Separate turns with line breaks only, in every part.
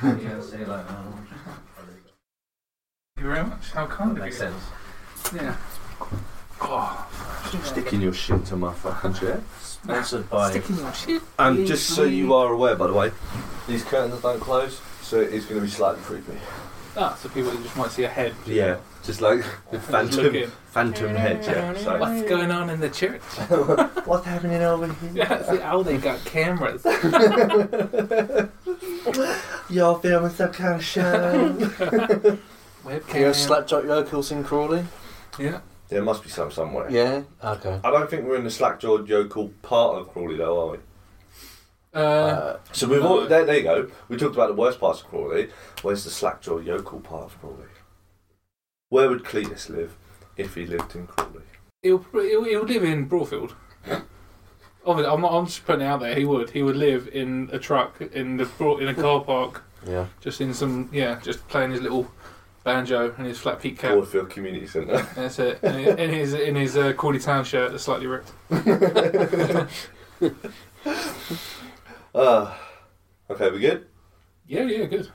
can't say like that.
Thank you very much. How kind
That
of you.
makes sense.
Yeah. Oh,
Sticking your shit to my fucking chair.
Sponsored by.
Sticking your shit.
And just so you are aware, by the way, these curtains don't close, so it's going to be slightly creepy.
Ah, so people just might see a head.
Yeah, just like the
Just look
phantom,
in.
phantom head. Yeah. So.
What's going on in the church?
What's happening over
Yeah, it's the owl. They got cameras.
You're filming some kind of show.
Webcam.
Can you slap jack yokels in Crawley?
Yeah.
there must be some somewhere.
Yeah. Okay.
I don't think we're in the slack-jawed yokel part of Crawley though, are we?
Uh,
Uh,
So we've
No.
all, there, there you go. We talked about the worst parts of Crawley. Where's the slackjaw yokel part of Crawley? Where would Cletus live if he lived in Crawley?
he'll, pr- he'll he'll live in Broadfield. Obviously, I'm not. I'm just putting it out there. He would. He would live in a truck in the Bro- in a car park,
yeah.
just in some yeah, just playing his little banjo and his flat peak cap.
Broadfield Community Centre.
That's it. In in his in his uh, Cordy Town shirt that's slightly ripped.
Uh, okay, we good?
Yeah, yeah, good.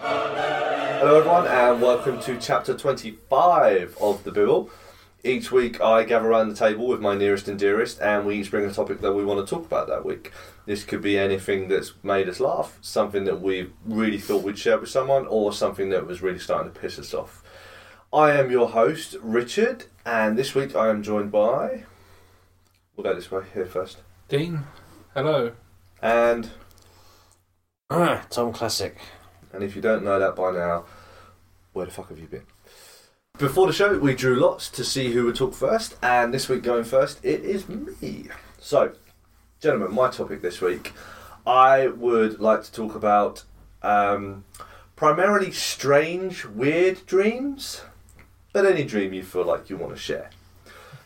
Hello, everyone, and welcome to chapter 25 of The Bible. Each week, I gather around the table with my nearest and dearest, and we each bring a topic that we want to talk about that week. This could be anything that's made us laugh, something that we really thought we'd share with someone, or something that was really starting to piss us off. I am your host, Richard, and this week I am joined by. We'll go this way here first.
Dean, hello.
And
Ah, Tom Classic.
And if you don't know that by now, where the fuck have you been? Before the show, we drew lots to see who would talk first, and this week going first, it is me. So, gentlemen, my topic this week, I would like to talk about um, primarily strange, weird dreams, but any dream you feel like you want to share.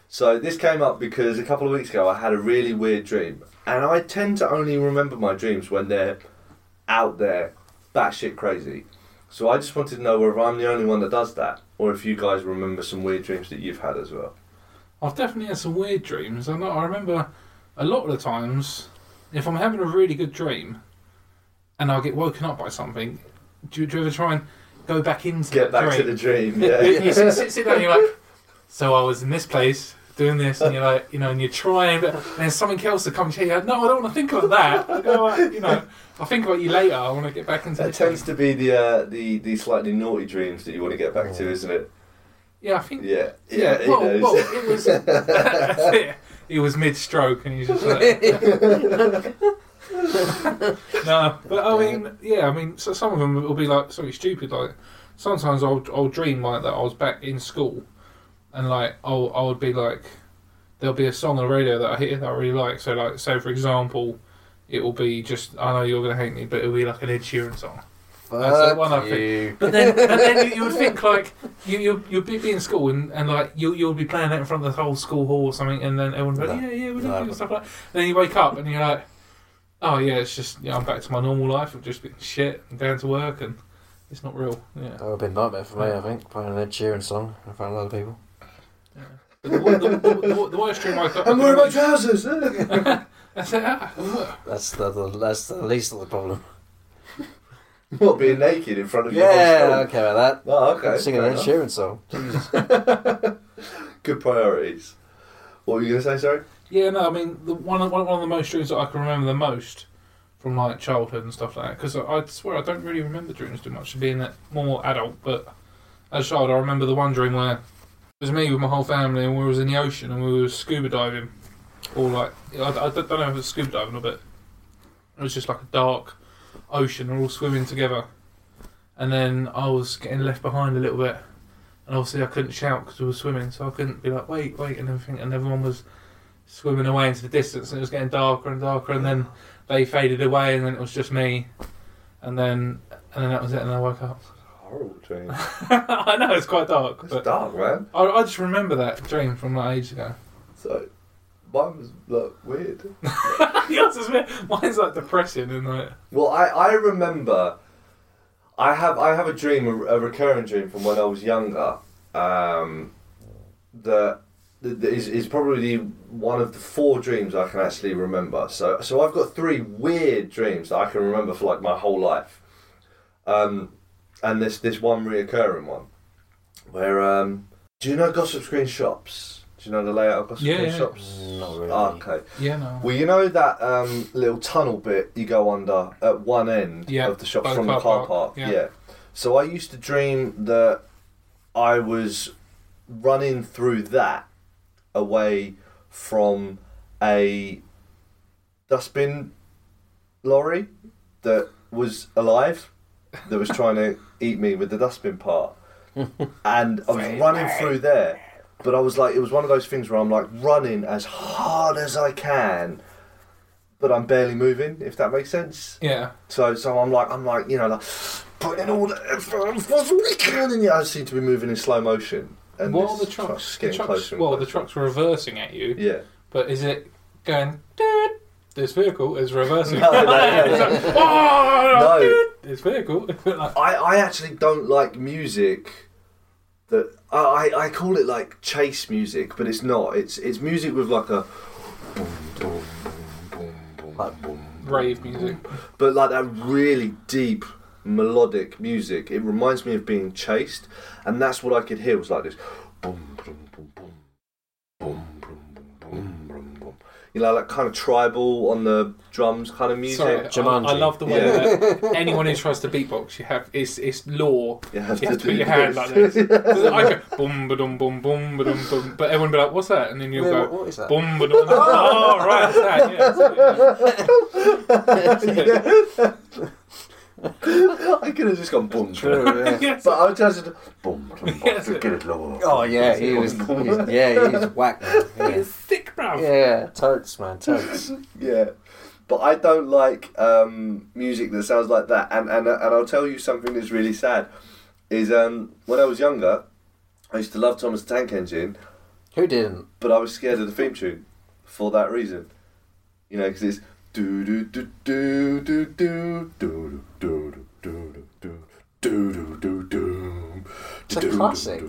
So, this came up because a couple of weeks ago I had a really weird dream, and I tend to only remember my dreams when they're out there batshit crazy. So I just wanted to know whether I'm the only one that does that, or if you guys remember some weird dreams that you've had as well.
I've definitely had some weird dreams. I know. I remember a lot of the times if I'm having a really good dream and I get woken up by something. Do you, do you ever try and go back into
Get
that
back
dream?
to the dream,
You-
yeah.
you sit, sit, sit down and you're like, so I was in this place doing this, and you're like, you know, and you're trying, but and then something else that comes here. You're like, no, I don't want to think about that. I go, uh, you know, I'll think about you later. I want to get back into
that
the dream.
tends to be the uh, the the slightly naughty dreams that you want to get
Oh.
back to, isn't it?
Yeah, I think.
Yeah, yeah. he
well,
knows.
well, it was. that's it. It was mid-stroke, and you just like, no. But I mean, yeah, I mean, so some of them will be like something stupid. Like sometimes I'll I'll dream like that. I was back in school, and like I'll I would be like, there'll be a song on the radio that I hear that I really like. So like, say for example, it will be just I know you're gonna hate me, but it'll be like an Ed Sheeran song. the
Fuck
one I
you.
But then, but then you, you would think like you you you'd be, be in school and, and like you you'll be playing that in front of the whole school hall or something, and then everyone would be like,
No.
yeah yeah we're
No.
doing and stuff like. That. Then you wake up and you're like, oh yeah, it's just yeah I'm back to my normal life of just being shit and going to work and it's not real. Yeah.
That would have been nightmare for me, I think, playing an Ed Sheeran song in front of other people.
But the, wor- the, the, the, the worst dream I got.
I'm wearing my trousers.
I said, ah,
That's the, the that's the least of the problem.
What being naked in front of your
Yeah,
whole
I don't
school?
care about that.
Oh, okay.
Singing
fair
an Ed
enough.
Sheeran song.
Good priorities. What were you going to say? Sorry.
yeah no I mean the, one of, one of one of the most dreams that I can remember the most. From like childhood and stuff like that, because I, I swear I don't really remember dreams too much. Being a- more adult, but as a child, I remember the one dream where it was me with my whole family, and we was in the ocean, and we were scuba diving, or like I, I don't know if it was scuba diving or but it was just like a dark ocean. We're all swimming together, and then I was getting left behind a little bit, and obviously I couldn't shout because we were swimming, so I couldn't be like wait, wait, and everything, and everyone was swimming away into the distance, and it was getting darker and darker, and then they faded away, and then it was just me, and then and then that was it, and I woke up.
Horrible dream.
I know it's quite dark,
It's
but
dark, man.
I, I just remember that dream from like ages ago.
So, Mine was like weird.
Yours is weird. Mine's like depressing and like
Well, I, I remember, I have I have a dream, a, a recurring dream from when I was younger, um, that, that is is probably one of the four dreams I can actually remember. So so I've got three weird dreams that I can remember for like my whole life, um, and this this one reoccurring one, where um, do you know Gossip Screen shops? Do you know the layout of Gossip
Yeah,
Screen
yeah.
shops?
Not really.
Ah, Okay.
yeah no.
Well, you know that um, little tunnel bit you go under at one end
Yeah,
of the shop
by the
from the car
car
park.
park, yeah.
So I used to dream that I was running through that away from a dustbin lorry that was alive that was trying to eat me with the dustbin part. And I was running through there. But I was like, it was one of those things where I'm like running as hard as I can, but I'm barely moving, if that makes sense.
yeah.
So, so I'm like, I'm like, you know, like putting in all the effort as we can, and yeah, I seem to be moving in slow motion. And
Well,
this
the trucks, the
getting
trucks
closer and
well, the
closer.
trucks were reversing at you,
Yeah.
but is it going? "Doot, This vehicle is reversing.
No, no, no.
It's like, "Oh,
No.
doot, This vehicle. Like,
I, I actually don't like music that I, I I call it like chase music, but it's not. It's it's music with like a
Like, boom.
Brave music.
but like that really deep melodic music. It reminds me of being chased, and that's what I could hear was like this.
Boom, boom, boom, boom. Boom, boom, boom, boom, boom, boom.
You know, like kind of tribal on the drums kind of music.
Sorry, I-
Jumanji.
I love the way
Yeah.
that anyone who tries to beatbox, you have it's it's law.
You have
You
to
have to
do
put your hand
this.
like this. I go boom, ba-dum, boom, boom, ba-dum, boom, but everyone be like, "What's that?" And then you'll
Yeah,
go
what- what is that?
boom, ba-dum. Oh, right, that's that. Yeah, that's it, yeah.
I could have just gone boom.
True, yeah.
Yes.
But I was just
boom, boom, boom.
Yes.
Good lord. Oh, yeah, he was, he was- yeah, he was whack, man. Yeah.
thick, bruv.
Yeah, totes, man, totes.
yeah. But I don't like um, music that sounds like that. And and and I'll tell you something that's really sad is um, when I was younger, I used to love Thomas the Tank Engine,
Who didn't?
but I was scared of the theme tune for that reason. You know, because it's do do do do do do do do do do do do do
It's a classic.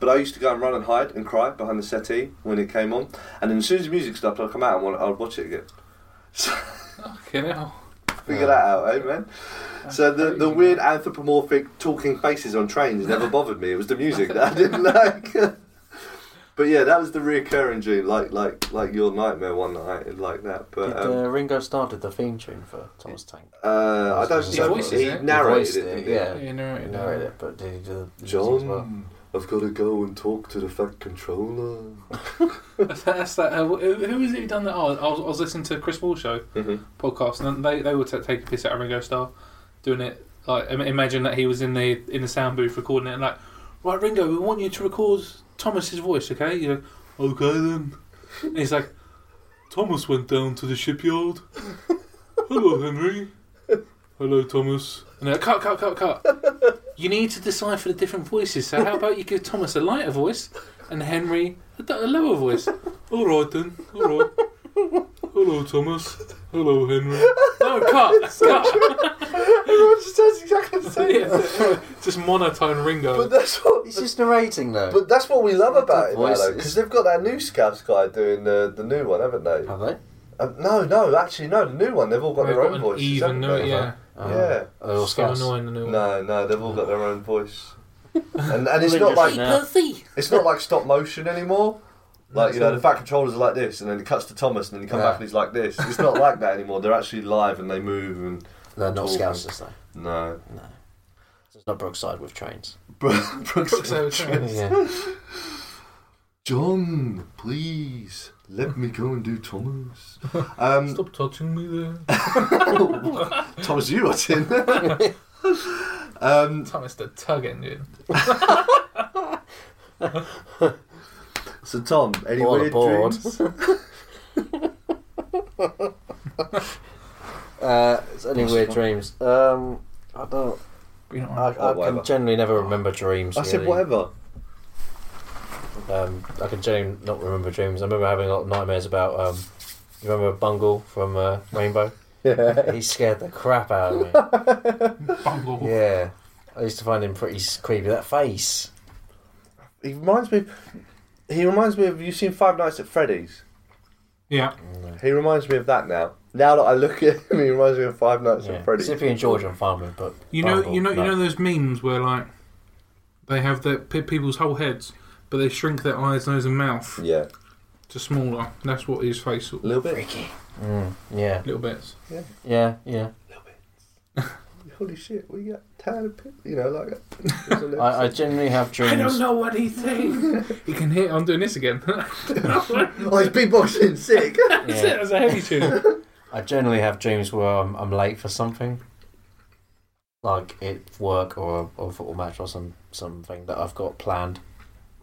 But I used to go and run and hide and cry behind the settee when it came on, and then as soon as the music stopped, I'd come out and want, I'd watch it again.
Fucking hell.
Figure that out, eh, man? so the, the weird anthropomorphic talking faces on trains never bothered me. It was the music that I didn't like. but yeah, that was the reoccurring dream, like like like your nightmare one night, like
Did
that. But um,
uh, Ringo Starr did the theme tune for Thomas Tank?
uh, I don't
He
think
voices
he
it.
narrated
He voiced
it.
it,
didn't he?
yeah.
You know
He
it.
narrated it, but did he do the music as well?
John, I've got to go and talk to the Fat Controller.
That's that. Uh, who who is it who done that? Oh, I was, I was listening to Chris Wall show
Mhm.
podcast, and they they would t- take a piss out of Ringo Starr doing it. Like im- imagine that he was in the in the sound booth recording it, and like, right, Ringo, we want you to record Thomas's voice, okay? You know, okay then. And he's like, Thomas went down to the shipyard. Hello, Henry. Hello, Thomas. And they're like, cut, cut, cut, cut. You need to decipher the different voices. So how about you give Thomas a lighter voice and Henry a, d- a lower voice? All right then. All right. Hello, Thomas. Hello, Henry. No, cut, cut.
Everyone just sounds exactly the same.
Yeah, Just monotone Ringo.
But that's what.
He's just narrating, though.
But that's what we love about it,
Voices.
because they've got that new Scouts guy doing the, the new one, haven't they?
Have they?
Um, no, no, actually, no. The new one, they've all got
They've
their
got
own
an
voices.
even
haven't
new,
they?
yeah.
Oh,
Yeah.
Are they all
so
Scots?
annoying the new one.
No, no, they've all got their own voice. And, and it's
Well,
not
they just
like
now-
it's not like stop motion anymore. Like you know, the
it's
fat controllers are like this, and then it cuts to Thomas, and then you come
Yeah.
back and he's like this. It's not like that anymore. They're actually live and they move and
They're not Scousers, though.
no.
It's not Brookside with trains.
Bro- Brooks
Brooks
said,
Overtrains.
Yeah.
John, please let me go and do Thomas. Um,
Stop touching me there.
Thomas, you are in. um,
Thomas the tug engine.
so Tom, any
All
weird
aboard.
dreams?
Uh, it's only
What's
weird
one?
dreams. Um, I don't.
You know,
I, I
whatever.
can generally never remember dreams.
I said
really.
whatever.
No,
um, I can dream, not remember dreams. I remember having a lot of nightmares about. Um, you remember Bungle from uh, Rainbow?
Yeah.
he scared the crap out of
Bungle.
me. yeah, I used to find him pretty s- creepy. That face.
He reminds me. He reminds me of. You've seen Five Nights at Freddy's.
Yeah.
He reminds me of that now. Now that I look at him, he reminds me of Five Nights
Yeah.
at Freddy's.
Zippy and George I'm fine with, but
You know,
Bungle,
you know,
no.
you know those memes where like they have their pe- people's whole heads, but they shrink their eyes, nose, and mouth
Yeah,
to smaller. That's what his face sort
a
of
little bit.
Freaky. Mm, yeah,
little bits.
yeah, yeah.
Holy shit, we got tan and pit. You know, like. it's a little-
I, I generally have dreams.
know what he thinks. he can hear. I'm doing this again.
oh, he's beatboxing sick.
That's
Yeah.
it. That's a heavy tune.
I generally have dreams where I'm, I'm late for something, like at work or a, or a football match or some something that I've got planned.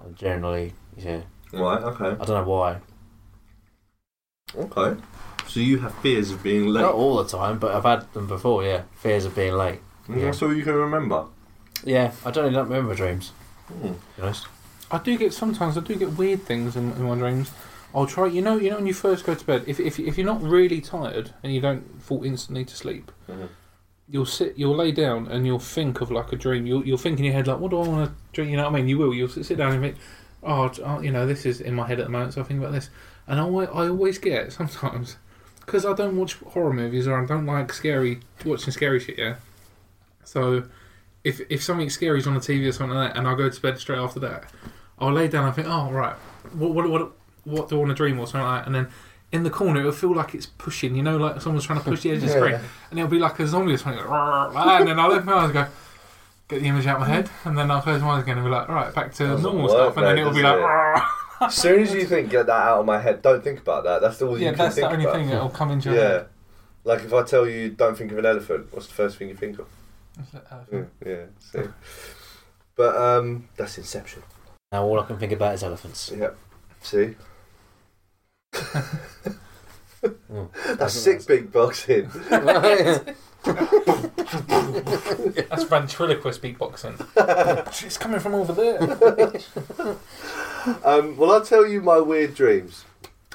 And generally, yeah,
right. Okay.
I don't know why.
Okay. So you have fears of being late.
Oh.
Not all the time, but I've had them before. Yeah, fears of being late.
Mm, That's all you can remember.
Yeah, I don't really don't remember dreams.
Hmm.
To be honest.
I do get sometimes. I do get weird things in, in my dreams. I'll try. You know, you know, when you first go to bed, if if if you're not really tired and you don't fall instantly to sleep,
Mhm.
you'll sit, you'll lay down, and you'll think of like a dream. You'll you'll think in your head like, what do I want to dream? You know what I mean? You will. You'll sit, sit down and think, oh, d- oh, you know, this is in my head at the moment, so I think about this. And I always, I always get sometimes because I don't watch horror movies or I don't like scary watching scary shit. Yeah, so. If, if something scary's on the TV or something like that, and I go to bed straight after that, I'll lay down. I think, oh right, what what what, what do I want to dream or something like that? And then in the corner, it'll feel like it's pushing. You know, like someone's trying to push the edge of the
Yeah.
screen, and it'll be like a zombie or something. Like, "Rrr," like, and then I'll open my eyes and go, get the image out my head, and then I'll close my eyes again and be like, all right, back to
Doesn't
normal
work,
stuff. And then
though,
it'll be
does
like,
it?
"Rrr."
As soon as you think get that out of my head, don't think about that. That's all you
yeah,
can
that's
think
the only
about.
thing that'll come into your
Yeah.
head.
Like if I tell you don't think of an elephant, what's the first thing you think of?
It's like, uh,
Yeah, Hmm, yeah see. But um, that's Inception.
Now all I can think about is elephants.
Yeah. See?
Mm.
That's six big boxing.
That's ventriloquist beatboxing. it's coming from over there.
Um, well, I'll tell you my weird dreams.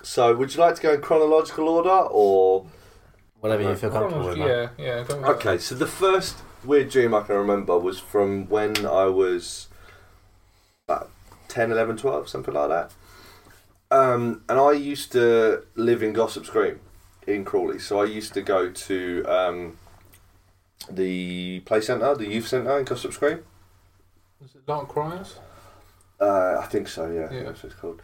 So, would you like to go in chronological order or.
Whatever you feel comfortable with. man.
yeah, yeah. Don't worry.
Okay, so the first weird dream I can remember was from when I was about 10, 11, 12, something like that. Um, and I used to live in Gossip's Green in Crawley. So I used to go to um, the play centre, the youth centre in Gossip's Green.
Was it Dark Criers?
Uh, I think so, yeah. I think
Yeah.
That's what it's called.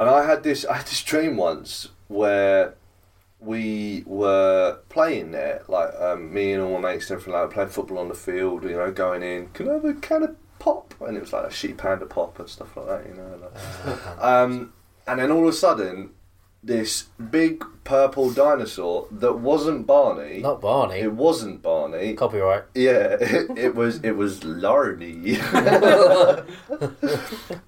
And I had this, I had this dream once where we were playing there, like um, me and all my mates and everything like that, playing football on the field. You know, going in, can I have a can of pop? And it was like a sheep hand of pop and stuff like that. You know, like, um, and then all of a sudden, this big purple dinosaur that wasn't Barney.
Not Barney.
It wasn't Barney.
Copyright.
Yeah, it, it was it was Larny.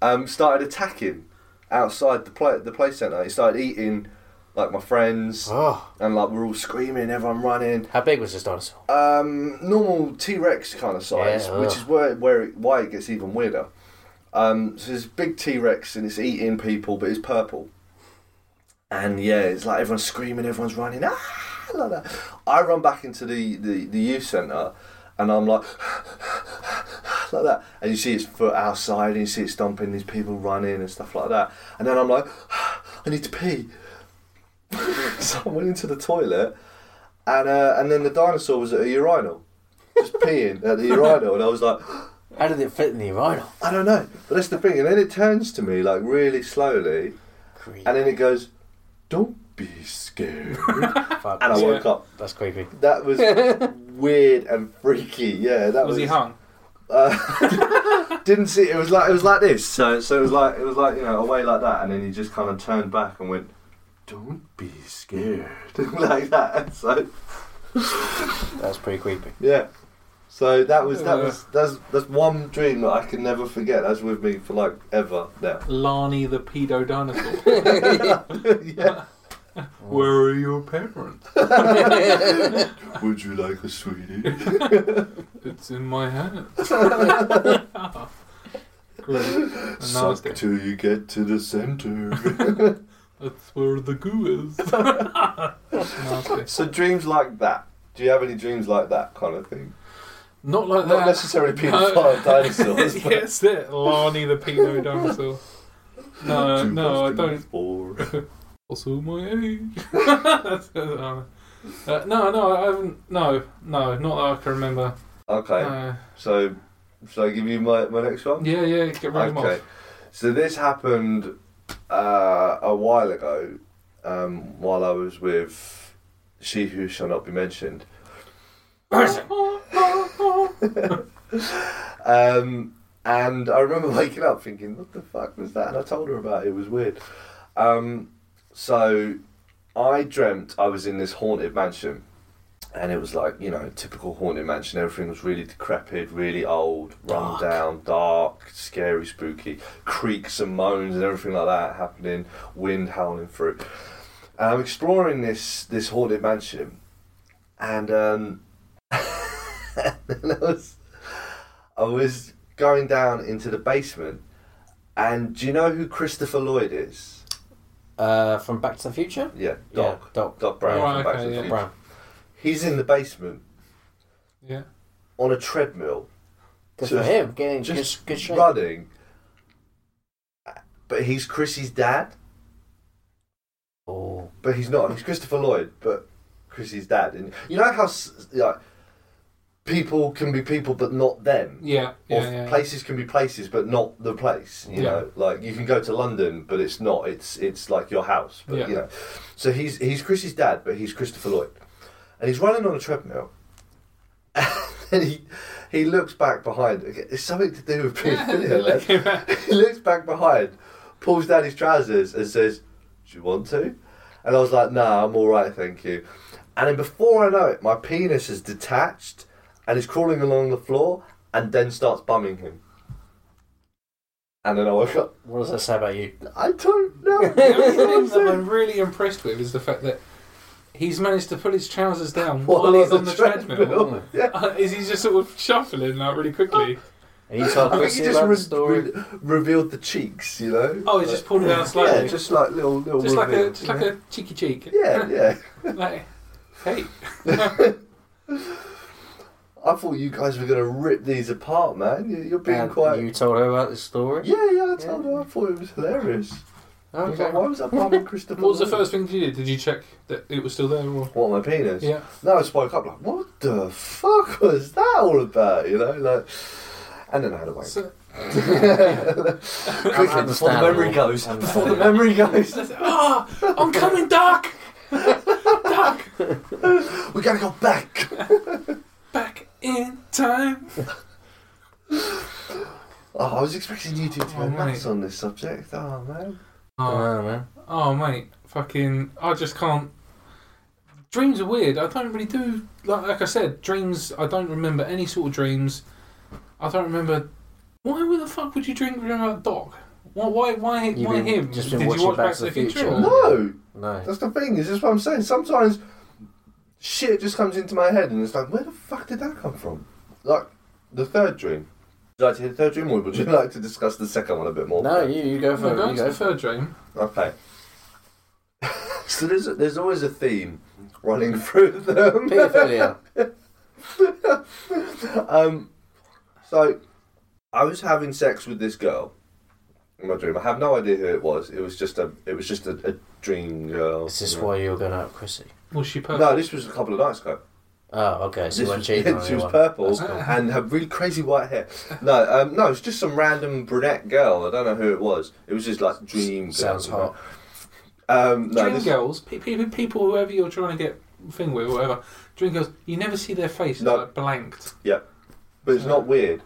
um, started attacking outside the play the play centre. He started eating like my friends,
Oh,
and like we're all screaming, everyone running.
how big was this dinosaur?
Um, normal T Rex kind of size,
Yeah,
which
ugh.
is where where it, why it gets even weirder. Um, so it's big T Rex and it's eating people, but it's purple. And yeah, it's like everyone's screaming, everyone's running. Ah, like that. I run back into the the, the youth centre, and I'm like. Like that, and you see its foot outside, and you see it stomping, these people running and stuff like that. And then I'm like, I need to pee. so I went into the toilet, and uh, and then the dinosaur was at a urinal, just peeing at the urinal, and I was like,
How did it fit in the urinal?
I don't know. But that's the thing. And then it turns to me like really slowly,
Creepy.
and then it goes, "Don't be scared." and
Fuck,
I
that's-
woke up.
That's creepy.
That was weird and freaky. Yeah, that
was
was.
he hung?
Didn't see. It was like it was like this. So so it was like it was like you know away like that, and then he just kind of turned back and went, "Don't be scared," like that. And so
That's pretty creepy.
Yeah. So that was that
Yeah.
was that's that's one dream that I can never forget. That's with me for like ever now.
Larny the pedo dinosaur.
yeah.
Where are your parents?
Would you like a sweetie?
It's in my hand. Ah, Great. And now it's
Suck till you get to the centre.
That's where the goo is. Nasty.
so dreams like that. Do you have any dreams like that kind of thing?
Not like
Not
that.
necessarily
No.
pedophile dinosaurs. but-
yes, it. Larny the pedo dinosaur. No,
Two
no,
plus
I
two
don't.
is Four.
Also my age. uh, no, no, I haven't. No, no, not that I can remember.
Okay,
No.
so shall I give you my, my next one?
yeah, yeah, get rid of them
Okay.
off.
So this happened uh, a while ago um, while I was with She Who Shall Not Be Mentioned. Um, and I remember waking up thinking, what the fuck was that? And I told her about it. It was weird. Um, so I dreamt I was in this haunted mansion. And it was like, you know, typical haunted mansion. Everything was really decrepit, really old, run
Dark.
down, dark, scary, spooky. Creaks and moans and everything like that happening. Wind howling through. And I'm exploring this, this haunted mansion. And, um, and I was I was going down into the basement, and do you know who Christopher Lloyd is?
Uh, from Back to the Future?
Yeah,
Yeah,
Doc.
Doc.
Doc Brown
Right,
from Back
okay,
to the
yeah.
Future.
Brown.
He's in the basement
Yeah.
on a treadmill,
Good
So
for him. Getting
just
good, good shape.
running. But he's Chrissy's dad.
Oh,
But he's not. He's Christopher Lloyd, but Chrissy's dad. And you know how s- like, people can be people, but not them.
Yeah,
Or
yeah, yeah.
places can be places, but not the place. You
Yeah.
know, like you can go to London, but it's not. It's it's like your house. But
Yeah.
you know, so he's he's Chris's dad, but he's Christopher Lloyd, and he's running on a treadmill, and he he looks back behind. It's something to do with paedophilia. Les.
yeah.
he looks back behind, pulls down his trousers, and says, "Do you want to?" And I was like, "Nah, I'm all right, thank you." And then before I know it, my penis is detached and is crawling along the floor, and then starts bumming him. And then I woke up.
what does that say about you?
I don't know.
The only thing that I'm really impressed with is the fact that he's managed to pull his trousers down while, he's on the treadmill.
Yeah.
Uh, is he just sort of shuffling like really quickly?
And you told
I think
Chrissy
he just
about
re-
the story.
re- revealed the cheeks, you know.
Oh, he's just pulled it down slightly.
Yeah, just like little little.
just like a
reveals,
just like a cheeky cheek.
you know? Yeah, yeah.
like, hey.
I thought you guys were gonna rip these apart, man. You- You're being
And
quite.
You told her about the story?
Yeah, yeah, I told her. I thought it was hilarious. I was
Okay.
like, why was that bumming Christopher?
What was the
Lloyd?
first thing you did? Did you check that it was still there? Or?
What my penis?
Yeah.
No, I just woke up like, what the fuck was that all about? You know, like, and then I had a wank.
So,
Quickly, before the memory goes. Before the memory goes,
ah, I'm coming, Doc. Doc,
we gotta go back.
back in time.
Oh, I was expecting you two to go
Oh,
nuts
mate.
on this subject. Oh man.
Oh,
Oh, man.
oh, mate, fucking, I just can't. Dreams are weird. I don't really do like, like I said. Dreams. I don't remember any sort of dreams. I don't remember. Why would the fuck would you dream about Doc? Why? Why? Why,
You've
why
been-
him?
just been
did you
watching
watch Back to the Future? or-
No,
No.
that's the thing. Is this what I'm saying? Sometimes shit just comes into my head, and it's like, where the fuck did that come from? Like the third dream. Would you like to hear the third dream, or would you like to discuss the second one a bit more?
No, you, you go
No,
for it.
go
you
into
go
the
for
third dream.
Okay. so there's there's always a theme running through them.
Paedophilia.
Um, so I was having sex with this girl in my dream. I have no idea who it was. It was just a it was just a, a dream girl.
Is this
you know.
why you're going out with Chrissy?
Was she perfect?
No, this was a couple of nights ago.
Oh, okay. So
This
you weren't
was-
cheating on
she was
anyone.
purple
That's cool.
and had really crazy white hair. No, um, no, it's just some random brunette girl. I don't know who it was. It was just like dream. girl,
Sounds
you know.
hot.
Um, no,
dream
this,
girls, pe- pe- people, whoever you're trying to get thing with, whatever. Dream girls, you never see their face
No.
like blanked.
but it's not weird.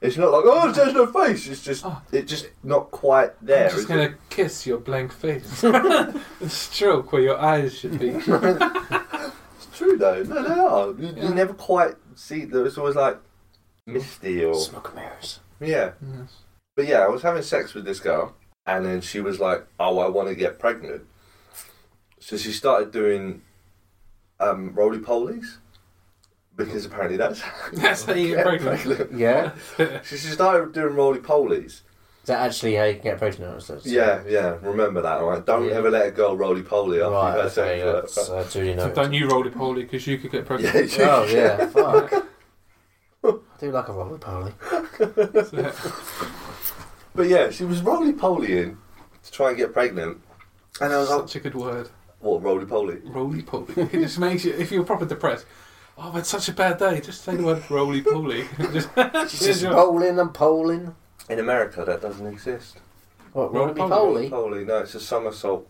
It's not like oh, there's no face. It's just
Oh.
it's just not quite there.
I'm
is
just
it?
gonna kiss your blank face. Stroke where your eyes should be.
It's true though. No, they are. You,
Yeah.
you never quite see. There was always like misty or
Smoke and mirrors.
yeah.
Yes.
But yeah, I was having sex with this girl, and then she was like, "Oh, I want to get pregnant." So she started doing um, roly polies because apparently that's
That's how you get pregnant.
Yeah.
so she started doing roly polies,
Is that actually how you can get protein out? So, so-
Yeah, yeah. Remember that, all right? Don't
Yeah.
ever let a girl roly poly up.
Right.
You've
Okay.
heard
That's
that.
uh, duly
So
noted.
don't you roll it poorly because you could get pregnant.
Yeah, you-
Oh yeah. Fuck. I do like a roly poly.
So,
But yeah, she was roly polying to try and get pregnant, and I was like,
such a good word.
"What roly poly?"
Roly poly. It just makes you, if you're proper depressed, oh, I've had such a bad day, just say the word roly poly. just
She's just rolling and polling.
In America, that doesn't exist.
What roly
Roly-poly.
poly?
Poly, no, it's a somersault.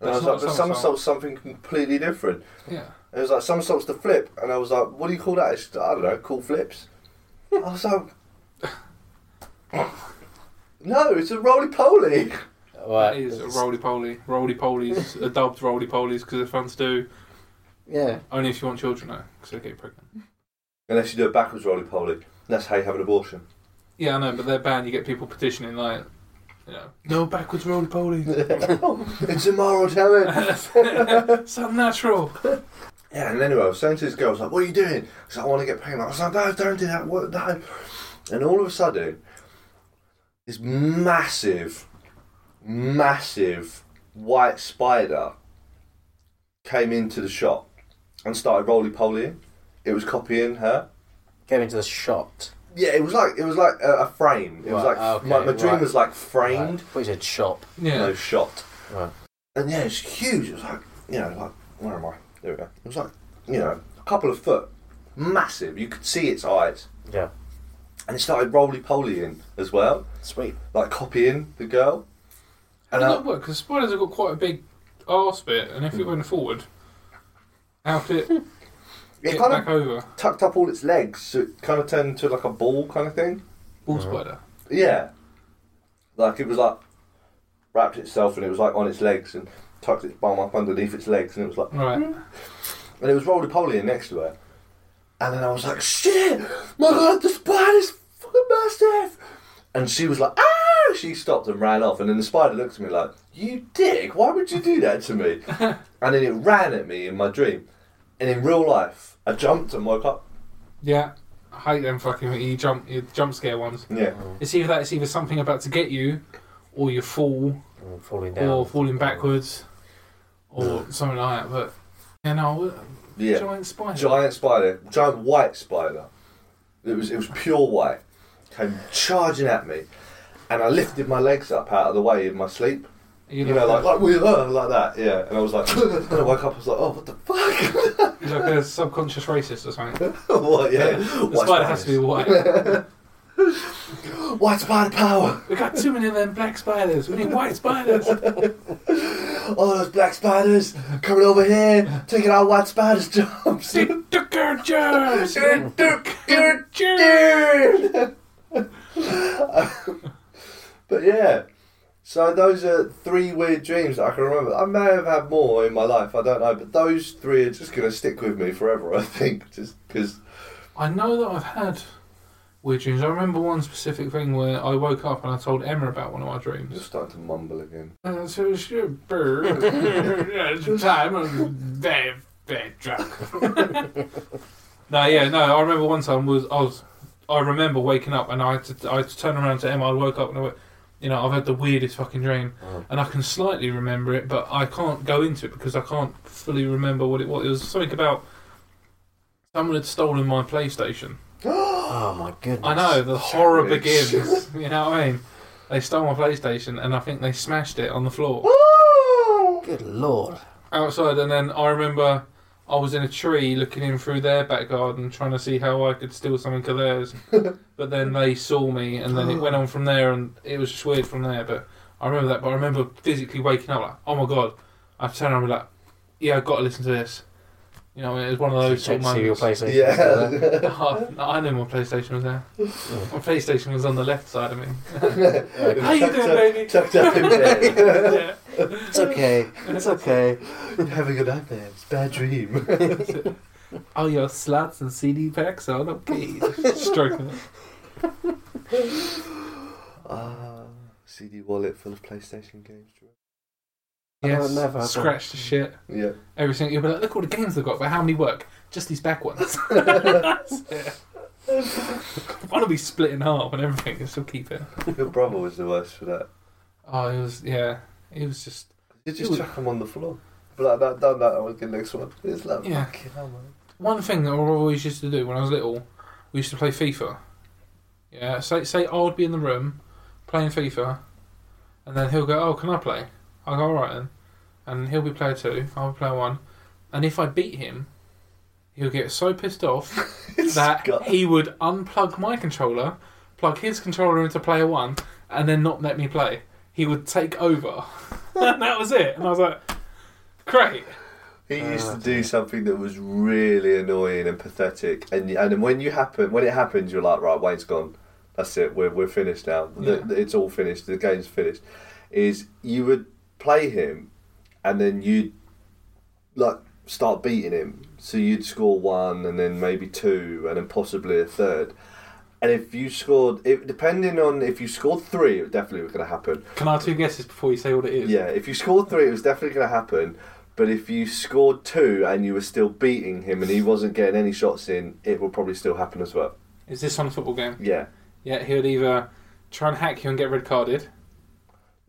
And I
That's
was
not
like,
a
but
somersault."
somersault's something completely different.
yeah.
It was like somersaults to flip, and I was like, "What do you call that?" It's, I don't know, cool flips. I was like, "No, it's a roly poly."
Right.
It is a roly poly. Roly polies are dubbed roly polies because they're fun to do.
Yeah.
Only if you want children, though, because they get pregnant.
Unless you do a backwards roly poly, that's how you have an abortion.
Yeah, I know, but they're banned. You get people petitioning, like, you know, no backwards roly poly.
it's immoral, damn it.
it's unnatural.
Yeah, and anyway, I was saying to this girl, I was like, "What are you doing?" Because I want to get pregnant. I was like, "No, don't do that. What? No." And all of a sudden, this massive, massive white spider came into the shop and started roly polying. It was copying her.
Go into the shot.
Yeah, it was like it was like a, a frame. It was
Right,
like my,
okay,
my dream
right.
was like framed,
Right. What you said, shop.
Yeah.
no shot.
Right.
And yeah, it's huge. It was like you know, like where am I? There we go. It was like you know, a couple of foot, massive. You could see its eyes,
Yeah.
and it started roly polying as well,
Sweet.
like copying the girl.
How
And uh,
does
I-
that work? Because spiders have got quite a big arse bit, and if it went forward, how could it
Mm. it
get
kind
back
of
over?
tucked up all its legs, so it kind of turned into like a ball kind of thing.
Ball spider.
Yeah, like it was like wrapped itself, and it was like on its legs and tucked its bum up underneath its legs, and it was like.
Right.
and it was roly poly next to her. And then I was like, shit, my god, the spider's fucking massive. And she was like, ah! She stopped and ran off. And then the spider looked at me like, you dick, why would you do that to me? and then it ran at me in my dream. And in real life, I jumped and woke up.
Yeah. I hate them fucking you jump you jump scare ones.
Yeah.
It's either that it's either something about to get you, or you fall,
Mm, falling down.
or falling backwards, or something like that. But yeah, no,
Yeah.
giant spider.
Giant spider, giant white spider. It was it was pure white. Came charging at me. And I lifted my legs up out of the way in my sleep. You know, like, like we were, like that, yeah. And I was like, and I woke up, I was like, oh, what the fuck?
He's like a subconscious racist or something.
what, yeah?
The spider has to be white.
be white spider power.
we got too many of them black spiders. We need white spiders.
All those black spiders coming over here, taking our white spiders' jobs.
Did the girl jobs?
Dude, dude, dude,
Jobs.
dude. but yeah, so those are three weird dreams that I can remember. I may have had more in my life, I don't know, but those three are just going to stick with me forever, I think, just because.
I know that I've had weird dreams. I remember one specific thing where I woke up and I told Emma about one of my
I'm
dreams.
just starting to mumble again.
Uh, so it's your bird. Yeah, it's time. I'm very, very drunk. no, yeah, no. I remember one time was I was I remember waking up and I had to I had to turn around to Emma. I woke up and I went, you know, I've had the weirdest fucking dream,
Mm.
and I can slightly remember it, but I can't go into it because I can't fully remember what it was. It was something about someone had stolen my PlayStation.
Oh my goodness.
I know the horror
Savage.
begins. you know what I mean? They stole my PlayStation and I think they smashed it on the floor
Good lord.
outside. And then I remember I was in a tree looking in through their back garden trying to see how I could steal something of theirs. but then they saw me, and then it
Ah.
went on from there, and it was just weird from there. But I remember that. But I remember physically waking up like, oh my god! I turned around and be like, yeah, I've got to listen to this. You know, it was one of those
Check
sort
to see your
of moments.
PlayStation.
Yeah.
Oh, no, I knew my PlayStation was there. My PlayStation was on the left side of me. How you
Tucked
doing,
up-
baby?
Tucked up in bed.
yeah.
It's okay. It's okay.
Having a nightmare. It's a bad dream.
All Oh, your slots and CD packs are okay. Stroking it.
Ah, CD wallet full of PlayStation games.
Yes.
I've never had
Scratch the shit.
Yeah.
Everything. You'll be like, look all the games they've got, but how many work? Just these back ones. I want to be split in half and everything and still keep it.
Your brother was the worst for that.
Oh, it was yeah. It was just
You just chuck him on the floor. But like that, done that, I was the next one. It's like
Yeah.
fucking hell, man.
one thing that I always used to do when I was little. We used to play FIFA. Yeah, say say I would be in the room playing FIFA, and then he'll go, "Oh, can I play?" I go, "All right then," and he'll be player two. I'll be player one, and if I beat him, he'll get so pissed off that
got-
he would unplug my controller, plug his controller into player one, and then not let me play. He would take over. and that was it. And I was like, great.
He used
Ah,
to do something that was really annoying and pathetic, and and then when you happen, when it happens, you're like, right, Wayne's gone. That's it. We're we're finished now. The-
Yeah.
the- it's all finished. The game's finished. Is you would play him, and then you'd like start beating him. So you'd score one, and then maybe two, and then possibly a third. And if you scored, if, depending on if you scored three, it definitely was going to happen.
Can I have two guesses before you say what it is?
Yeah, if you scored three, it was definitely going to happen. But if you scored two and you were still beating him and he wasn't getting any shots in, it will probably still happen as well.
Is this on a football game?
Yeah.
Yeah, he would either try and hack you and get red carded,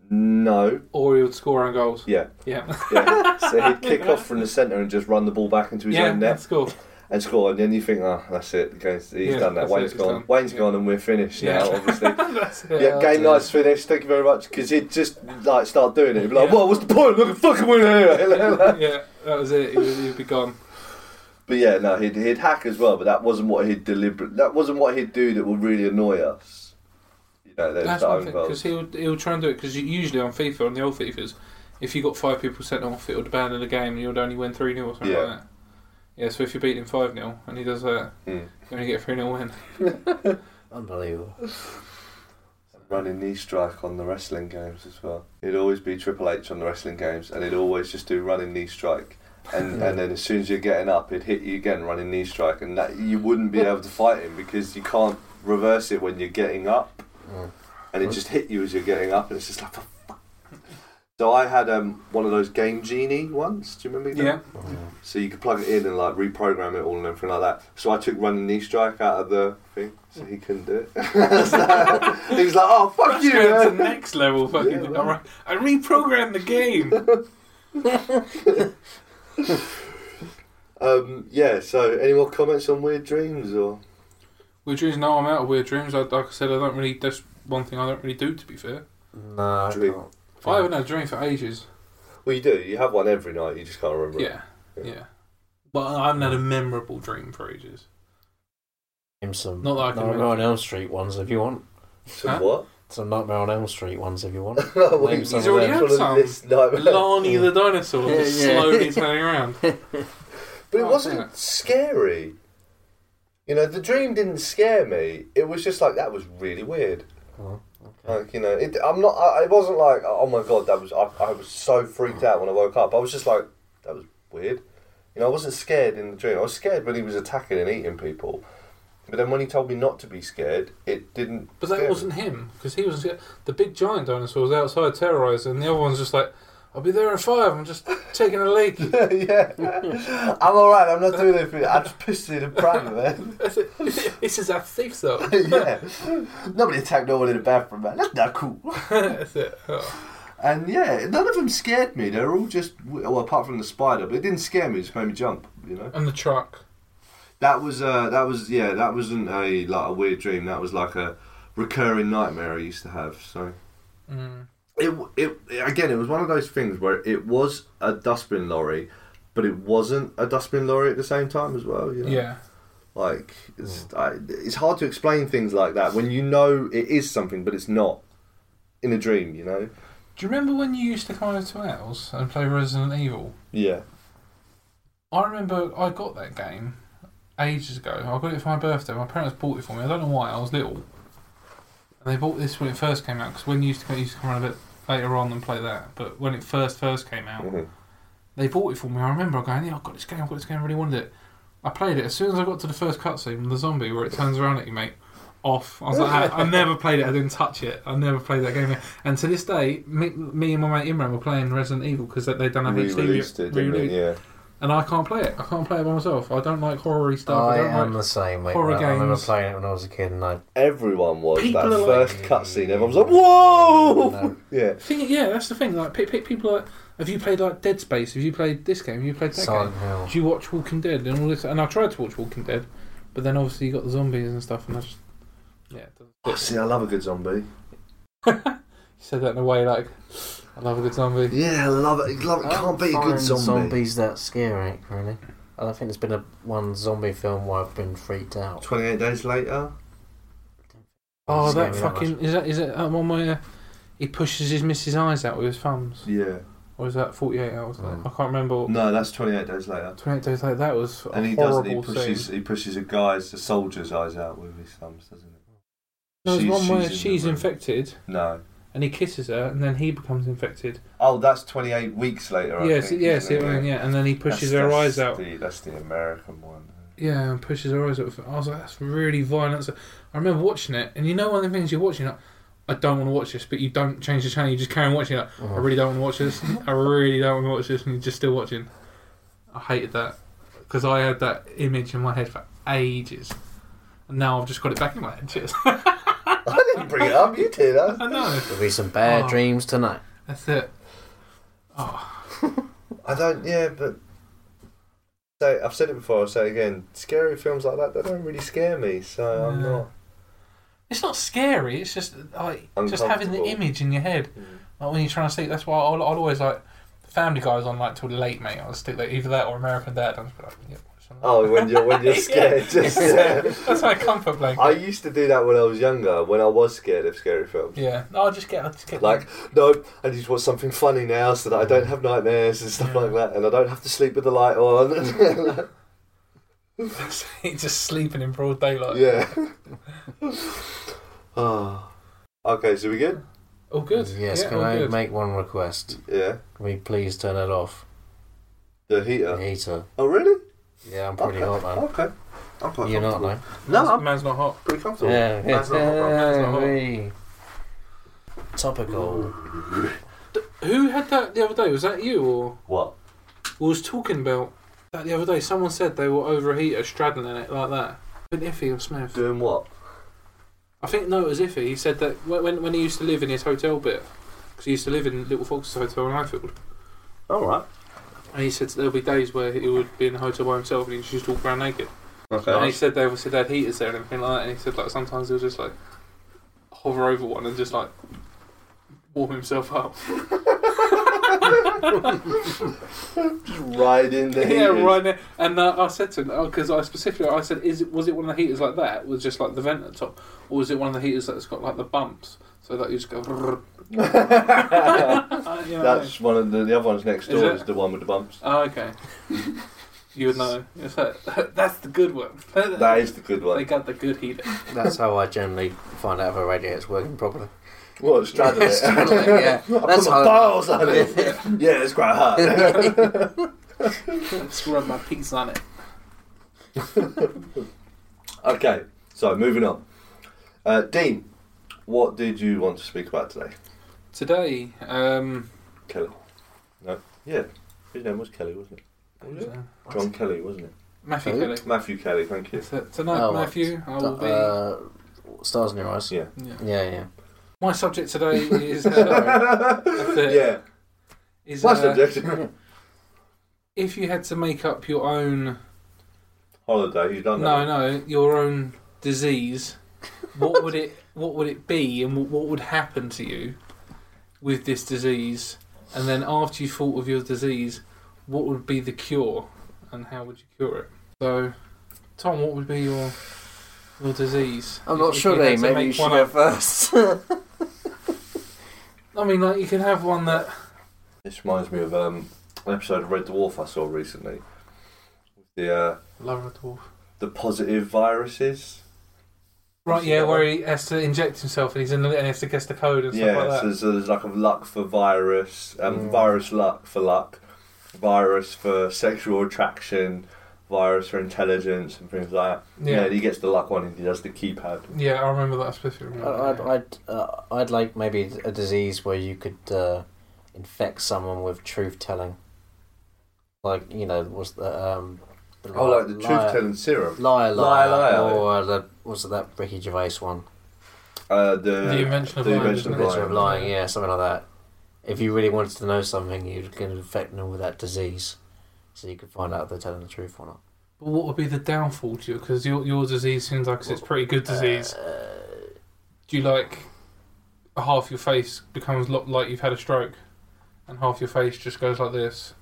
No.
or he would score on goals.
Yeah.
Yeah.
yeah. so he'd kick off from the centre and just run the ball back into his
Yeah,
own net
that's cool.
and score. And then you think, oh, that's it. the game's- He's
Yeah,
done that.
that's
Wayne's
it, it's
gone.
done.
Wayne's
Yeah.
gone and we're finished
Yeah.
now, obviously.
that's it.
Yeah, game night's finished. Thank you very much. Because he'd just like start doing it. He'd be like,
Yeah.
"What? What's the point? Look, fucking winner here."
yeah, that was it. He would, he would be gone.
But yeah, no, he'd, he'd hack as well, but that wasn't what he'd deliberate. That wasn't what he'd do that would really annoy us. You know, there's
That's
that
one
own
thing
goal.
because he'll he'll try and do it because usually on FIFA on the old FIFA's, if you got five people sent off, it would abandon the game and you would only win three 0 or something
Yeah.
like that. Yeah, so if you beat him five 0 and he does that,
Mm.
you only get a three 0 win.
Unbelievable.
Running knee strike on the wrestling games as well. It'd always be Triple H on the wrestling games, and he'd always just do running knee strike. And, and then as soon as you're getting up, it'd hit you again, running knee strike, and that you wouldn't be able to fight him because you can't reverse it when you're getting up.
Mm.
and it just hit you as you're getting up, and it's just like, "For fuck." so I had um, one of those Game Genie ones. Do you remember? them?
Yeah.
oh.
So you could plug it in and like reprogram it all and everything like that. So I took running knee strike out of the thing, so he couldn't do it. So he was like, "Oh fuck
That's going to the
you!"
next level. Fucking
Yeah, man.
All right. I reprogrammed the game.
Um, yeah. So any more comments on weird dreams or?
Weird dreams. No, I'm out of weird dreams. I, like I said, I don't really. That's one thing I don't really do. To be fair,
No, I
Dream.
can't.
I haven't had a dream for ages.
Well, you do. You have one every night. You just can't remember. it.
Yeah, yeah. But I haven't had a memorable dream for ages.
Him some
Not that I can
Nightmare on Elm Street ones if you want.
So
Huh?
what?
Some Nightmare on Elm Street ones if you want.
Well,
Name some
He's
of
already
them.
had some.
This nightmare.
Larny the dinosaur
Yeah,
just
yeah.
slowly turning around.
But it
Oh, yeah.
wasn't scary. You know, the dream didn't scare me. It was just like that was really weird.
Uh-huh.
Oh, okay.
Like you know, it, I'm not. I, it wasn't like oh my god, that was. I, I was so freaked out when I woke up. I was just like that was weird. You know, I wasn't scared in the dream. I was scared when he was attacking and eating people. But then when he told me not to be scared, it didn't.
But that
scare me.
wasn't him because he was the big giant dinosaur was outside terrorising. and The other one's just like, "I'll be there in five. I'm just taking a leak."
yeah, I'm all right. I'm not doing anything. I just pissed in the pram, man.
That's it. this is our thief though.
yeah, nobody attacked no one in the bathroom, man. That's not cool.
That's it. Oh.
And yeah, none of them scared me. They were all just well, apart from the spider, but it didn't scare me. It just made me jump. You know,
And the truck.
that was uh, that was yeah, that wasn't a like a weird dream. That was like a recurring nightmare I used to have. So
Mm.
it it again, it was one of those things where it was a dustbin lorry, but it wasn't a dustbin lorry at the same time as well. You know?
Yeah.
like it's, I, it's hard to explain things like that when you know it is something, but it's not in a dream. You know,
Do you remember when you used to come over to ours and play Resident Evil?
yeah.
I remember I got that game ages ago. I got it for my birthday. My parents bought it for me. I don't know why. I was little, and they bought this when it first came out. Because when you used to come, used to come around a bit later on and play that. But when it first first came out,
Mhm.
they bought it for me. I remember going, "Yeah, I got this game. I got this game. I really wanted it." I played it as soon as I got to the first cutscene, the zombie where it turns around at you, mate. Off. I was like, I, I never played it. I didn't touch it. I never played that game. And to this day, me, me and my mate Imran were playing Resident Evil because they, they done a HD
Re-released it, didn't
re-release.
it? Yeah.
and I can't play it. I can't play it by myself. I don't like horror stuff. I,
I
don't
am
like.
the same, mate.
horror
I remember
games.
playing it when I was a kid, and I
Everyone was
People
that
are like-
first cutscene. Everyone was like, "Whoa!"
No.
Yeah,
Thing, yeah, that's the thing. Like pe- pe- people are. Have you played like Dead Space? Have you played this game? Have you played that game?
Silent Hill.
Do you watch Walking Dead and all this? And I tried to watch Walking Dead, but then obviously you got the zombies and stuff, and I just yeah. It
Oh,
doesn't
see, I love a good zombie.
fit. you said that in a way like I love a good zombie.
Yeah, I love it. Love it.
I
Can't
don't
beat a
find
good zombie.
Zombies that scary, really. I don't think there's been a one zombie film where I've been freaked out.
Twenty-eight days later.
Oh,
Scare
that
me
fucking
much.
is that is that that one where he pushes his missus' eyes out with his thumbs,
Yeah.
or is that Forty Eight Hours?
Oh.
Mm.
I can't remember. what-
No, that's twenty-eight days later.
Twenty Eight Days Later. That was a
And he does.
horrible
not He
scene.
pushes. He pushes a guy's, a soldier's eyes out with his thumbs, doesn't he?
There's
She's-
one where
she's in
she's,
the room.
infected
No.
and he kisses her and then he becomes infected.
Oh, that's twenty-eight weeks later. Oh, I
yes,
think,
yes,
isn't
yeah,
it?
yeah, and then he pushes
That's-
her
that's
eyes out.
The, that's the American one.
Yeah, and pushes her eyes out. with- I was like, that's really violent. So- I remember watching it, and you know, one of the things you're watching, like, I don't want to watch this, but you don't change the channel, you just carry on watching it. Like,
Oh.
I really don't want to watch this, I really don't want to watch this, and you're just still watching. I hated that because I had that image in my head for ages, and now I've just got it back in my head. Cheers.
I didn't bring it up. You did. I
I know,
There'll be some bad
Oh.
dreams tonight.
that's it.
I don't. Yeah, but say I've said it before. I'll say it again. Scary films like that they don't really scare me, so I'm
Yeah.
not.
It's not scary. It's just like just having the
Uncomfortable. Mm.
image in your head, like when you're trying to sleep. That's why I'll, I'll always like Family Guy was on like till late, mate. I'll stick like either that or American Dad. I'm just like, yeah, watch some of
Oh, when you're when you're scared, just yeah.
that. that's my comfort blanket.
I used to do that when I was younger. When I was scared of scary films.
yeah, no, I just get, I just get
Like, nope, I need to watch something funny now so that I don't have nightmares and stuff
Yeah.
like that, and I don't have to sleep with the light on.
just sleeping in broad daylight.
yeah. oh. Okay, so we good?
all good.
Yes,
yeah,
can
all
I
good.
make one request?
Yeah.
Can we please turn it off?
The
The
heater.
heater.
Oh, really?
Yeah, I'm pretty
okay.
hot, man.
Okay. I'm quite
You're not,
comfortable.
no?
No, I'm
man's not hot.
pretty comfortable.
Yeah,
Man's not hot, bro.
Man's not hot.
Hey. Topical.
Who had that the other day? Was that you or
What?
we was talking about that the other day? Someone said they were overheated, straddling it like that. Been iffy or Smith.
Doing what?
I think no, it was Iffy. He said that when- when when he used to live in his hotel bit, because he used to live in Little Fox's hotel in Highfield,
All right.
and he said there'll be days where he would be in the hotel by himself and he just walk around naked.
Okay.
And he said they obviously they had heaters there and everything like that. And he said like sometimes he'll just like hover over one and just like warm himself up.
Just riding the
yeah,
heaters.
right. There. And uh, I said to him because I specifically I said, is it was it one of the heaters like that? Was just like the vent at the top, or was it one of the heaters that's got like the bumps so that you just go. you know what I mean?
That's one of the, the other one's next
Is
door.
it?
Is, the one with the bumps.
Oh, okay. you would know. It's that, that's the good one.
That is the good
They
one.
got the good heater.
That's how I generally find out if a radiator's working properly.
What? Straddle it.
Straddle it, yeah.
I
That's
put
how-
my balls on it. yeah, it's quite hard.
Let's rub my piece on it.
okay, so moving on. Uh, Dean, what did you want to speak about today?
Today, um,
Kelly. No. Yeah. His name was Kelly, wasn't it? Was it? John Kelly, wasn't it?
Matthew
Who?
Kelly.
Matthew Kelly. Thank you.
So tonight,
Oh,
Matthew, I will be.
Uh, stars in your eyes.
Yeah.
yeah.
Yeah, yeah.
My subject today is uh, it.
yeah.
is
My
uh,
subject.
if you had to make up your own
Holiday. He's done that.
no no your own disease, what would it what would it be and what, what would happen to you with this disease? And then after you thought of your disease, what would be the cure and how would you cure it? So, Tom, what would be your your disease?
I'm
If-
not
if
sure,
you had
Dave.
to
Maybe
make
you should
one
go
up.
first.
I mean, like you can have one that
This reminds me of um, an episode of Red Dwarf I saw recently. The uh,
Lara Dwarf.
the positive viruses.
Right, yeah, where he has to inject himself and he's in the, and he has to guess the code and stuff
yeah,
like that.
so, so there's like a luck for virus, um,
Mm.
virus luck for luck, virus for sexual attraction, virus for intelligence and things like that. Yeah,
yeah.
he gets the luck one and he does the keypad.
Yeah, I remember that specifically.
I'd, I'd, uh, I'd like maybe a disease where you could uh, infect someone with truth telling. like you know, what's the um, the
Oh, like the
liar-
truth telling serum.
liar, liar,
Liar, liar.
or uh, the what's that Ricky Gervais one,
Uh,
The invention of
the
lying,
invention of
isn't it?
Picture of
lying.
lying, yeah, something like that. If you really wanted to know something, you could infect them with that disease, so you could find out if they're telling the truth or not.
But what would be the downfall to you? Because your, your disease seems like it's pretty good disease.
Uh,
Do you like half your face becomes lo- like you've had a stroke, and half your face just goes like this?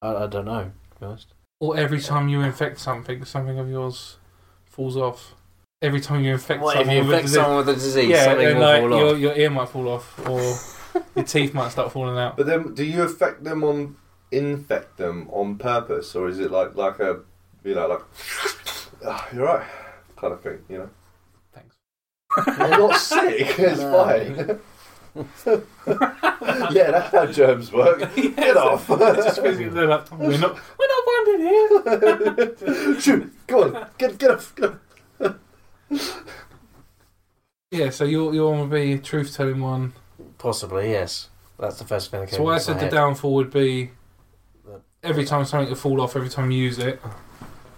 I, I don't know. To be honest,
Or every time you infect something, something of yours falls off. Every time you infect
what if
someone
you
with a
infect
disease,
someone with a disease?
yeah,
something
and
will
like
fall
your,
off.
your ear might fall off, or your teeth might start falling out.
But then, do you affect them on infect them on purpose, or is it like like a you know like "Ah, you're right kind of thing? You know,
Thanks.
I'm not sick. It's
No.
fine. yeah, that's how germs work. Get off.
Just because they're like, we're not, we're not bonded here.
Shoot, go on, get get off. Get off.
Yeah, so your your one would be a truth telling one.
Possibly, yes. That's the first thing that came.
so why I
into my
said the
head.
downfall would be
The-
every time something would fall off, every time you use it.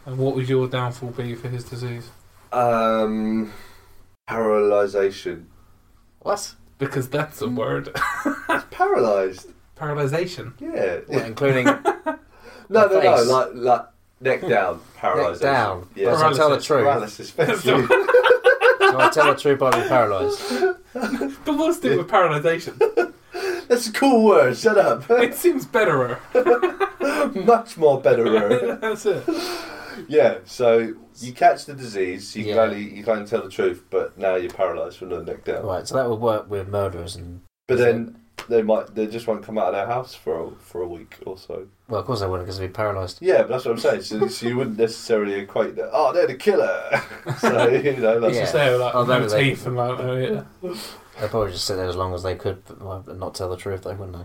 And what would your downfall be for his disease?
Um, paralysation.
What?
Because that's a word.
It's paralysed.
Paralysation.
Yeah.
What, including
No, no, no.
Face.
Like like neck down.
neck
Paralysation.
down.
Yeah.
But if I tell the
Paralysis.
truth,
Paralysis. Thank you.
if I tell the truth, I'll be paralysed.
But what's the with paralysation?
That's a cool word. Shut up.
It seems betterer.
Much more better.
That's it.
yeah. So you catch the disease. You
Yeah.
can only you can't tell the truth, but now you're paralysed from the neck down.
Right, so that would work with murderers and.
But then they might they just won't come out of their house for a, for a week or so.
Well, of course they wouldn't because they'd be paralysed.
Yeah, but that's what I'm saying. So, so you wouldn't necessarily equate that. Oh, they're the killer. so you know that's
It's
Yeah.
just there, like,
Oh,
no
that they-
teeth and like, oh, yeah.
They'd probably just sit there as long as they could but might not tell the truth, though, wouldn't they?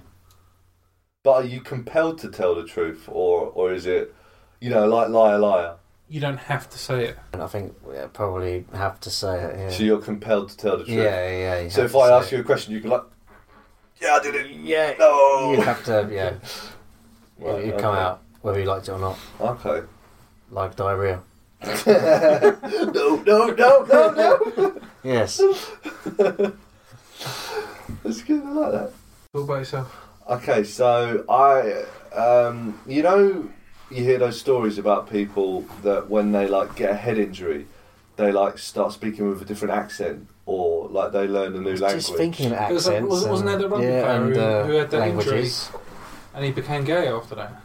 But are you compelled to tell the truth, or or is it, you know, like liar, liar?
You don't have to say it.
And I think yeah, probably have to say it. Yeah,
So you're compelled to tell the truth.
yeah, yeah. you
So
have
if
to
I
say
ask
it.
you a question, you can like, yeah, I did it.
yeah,
No.
you'd have to, yeah,
Right,
you'd come
okay.
out whether you liked it or not,
Okay.
like diarrhea.
no, no, no, no, no.
Yes,
That's good. I like that.
All by yourself.
Okay, so I, um, you know, you hear those stories about people that when they like get a head injury, they like start speaking with a different accent, or like they learn a new language.
just thinking accents.
was- wasn't
and-
there the rugby
yeah,
player
and,
who-
uh,
who had that
languages?
And he became gay after that.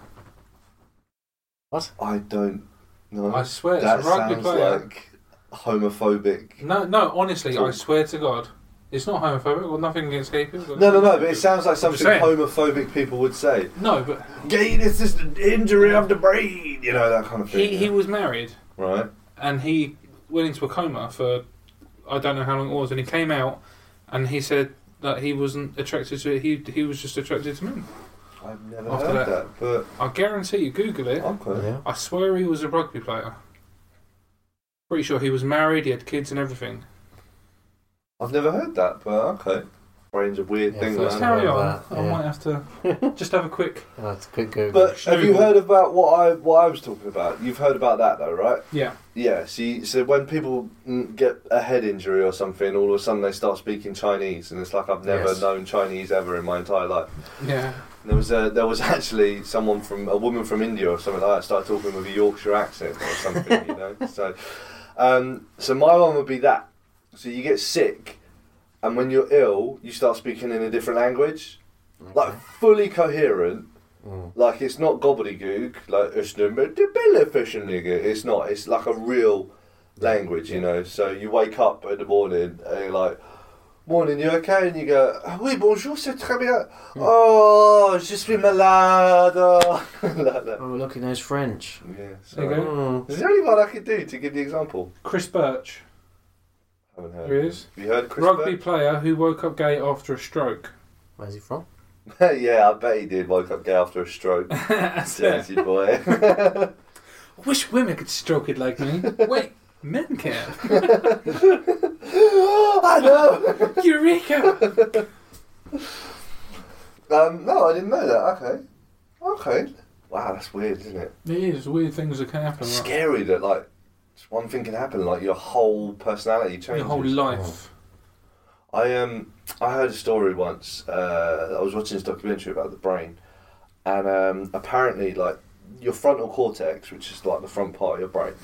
I don't know.
I swear, it's a
that
rugby
sounds
player.
like homophobic.
No, no, honestly, I swear to God. It's not homophobic or nothing against gay people.
No, no, no. But it sounds like
I'm just
something
saying.
homophobic people would say.
No, but
Gayness is an injury of the brain. You know that kind of thing.
he, he was married
right.
and he went into a coma for I don't know how long it was, and he came out and he said that he wasn't attracted to he he was just attracted to men.
I've never
After
heard that, but
I guarantee you, Google it.
okay.
Yeah.
I swear he was a rugby player. Pretty sure he was married, he had kids and everything.
I've never heard that, but okay. Brain's a weird
Yeah,
thing.
first
man.
Let's
time.
carry on.
about that,
I
yeah. Oh,
might have to just have a quick
That's quick Google.
But have you
Snowball.
heard about what I what I was talking about? You've heard about that though, right?
yeah.
Yeah. See, so when people mm, get a head injury or something, all of a sudden they start speaking Chinese, and it's like I've never
Yes.
known Chinese ever in my entire life.
Yeah.
There was a, there was actually someone from a woman from India or something like that started talking with a Yorkshire accent or something, you know. So, um, so my one would be that. So you get sick, and when you're ill, you start speaking in a different language, like fully coherent.
Mm.
Like it's not gobbledygook. Like it's no fishing nigga. It's not. It's like a real language, you know. So you wake up in the morning and you're like, "Morning, you okay?" And you go, "Ah "Oui, bonjour, c'est très bien."
Hmm.
Oh, je suis malade. like that.
Oh, look, he knows French.
Yeah.
There you
So.
go.
Mm.
Is there only one I could do to give the example?
Chris Birch,
haven't heard.
there he is.
Have you heard Chris
Rugby player who woke up gay after a stroke.
Where's he from?
Bird? yeah, I bet he did wake up gay after a stroke.
That's it.
Dirty boy.
Wish women could stroke it like me. Wait, men can.
I know.
Eureka!
Um, no, I didn't know that. Okay, okay. Wow, that's weird, isn't it?
It is weird things that can happen.
It's
Like,
scary that like just one thing can happen, like your whole personality changes.
your whole life.
I um I heard a story once. Uh, I was watching this documentary about the brain, and um, apparently, like your frontal cortex, which is like the front part of your brain,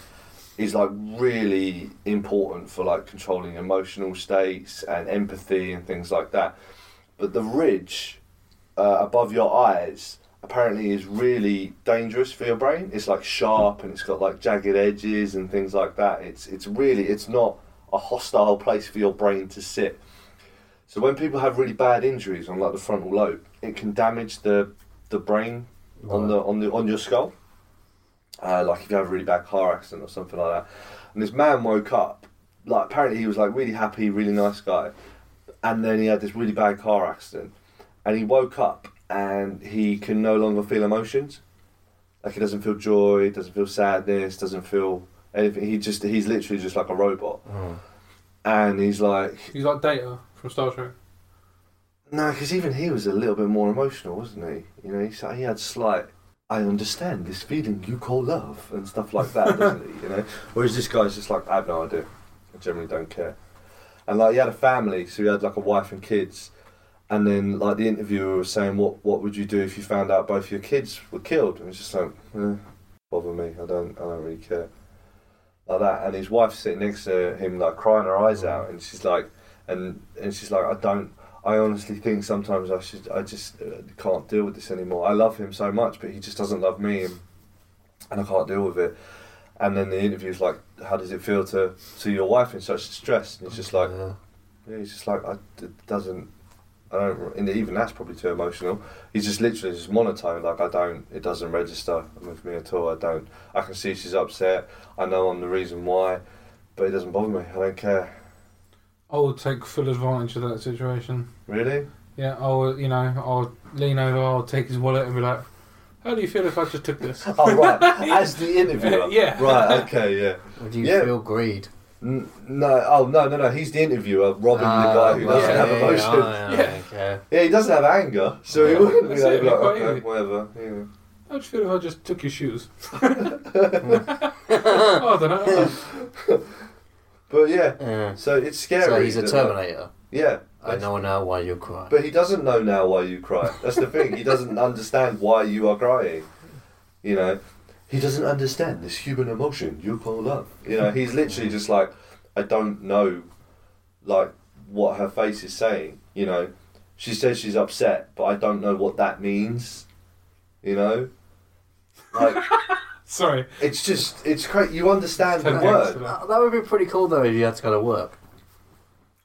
is like really important for like controlling emotional states and empathy and things like that. But the ridge uh, above your eyes apparently is really dangerous for your brain. It's like sharp and it's got like jagged edges and things like that. It's it's really it's not a hostile place for your brain to sit. So when people have really bad injuries on like the frontal lobe, it can damage the the brain on the on the on your skull. Uh, like if you have a really bad car accident or something like that. And this man woke up, like apparently he was like really happy, really nice guy, and then he had this really bad car accident, and he woke up and he can no longer feel emotions. Like he doesn't feel joy, doesn't feel sadness, doesn't feel anything. He just he's literally just like a robot,
Mm.
and he's like
He's like Data from Star Trek.
no, because even he was a little bit more emotional, wasn't he? You know, he, s- he had slight. I understand this feeling you call love and stuff like that, doesn't he? You know, whereas this guy's just like, I have no idea. I generally don't care. And like, he had a family, so he had like a wife and kids. And then like the interviewer was saying, what What would you do if you found out both your kids were killed? And it's just like, eh, bother me. I don't. I don't really care. Like that. And his wife's sitting next to him, like crying her eyes out, and she's like, and and she's like, I don't. I honestly think sometimes I should. I just uh, can't deal with this anymore. I love him so much, but he just doesn't love me, and, and I can't deal with it. And then the interview's like, "How does it feel to see your wife in such distress?" And he's just like,
Yeah.
yeah, "He's just like, I it doesn't. I don't. And even that's probably too emotional. He's just literally just monotone. Like I don't. It doesn't register with me at all. I don't. I can see she's upset. I know I'm the reason why, but it doesn't bother me. I don't care.
I would take full advantage of that situation.
Really."
Yeah, I'll you know I'll lean over, I'll take his wallet and be like, "How do you feel if I just took this?"
Oh right, as the interviewer.
Yeah.
Right. Okay. Yeah.
Or do you
Yeah.
feel greed?
N- no, oh no, no, no. He's the interviewer, robbing
Ah,
the guy who doesn't
yeah,
have
yeah,
emotion. Yeah,
yeah,
Yeah.
okay.
he doesn't have anger, so he
Yeah.
wouldn't be
That's
like,
it,
like,
quite
okay,
easy.
whatever. Yeah.
How do you feel if I just took your shoes?
Hmm.
I don't know.
But yeah,
Yeah.
so it's scary.
So he's a
that-
Terminator.
Yeah,
I know now why you're crying.
uh, but he doesn't know now why you cry. That's the thing. he doesn't understand why you are crying. You know, he doesn't understand this human emotion you call love. You know, he's literally just like, I don't know, like what her face is saying. You know, she says she's upset, but I don't know what that means. You know, like
Sorry.
it's just it's crazy. You understand the
Ten minutes
word?
for that.
That that would be pretty cool though if you had to go to work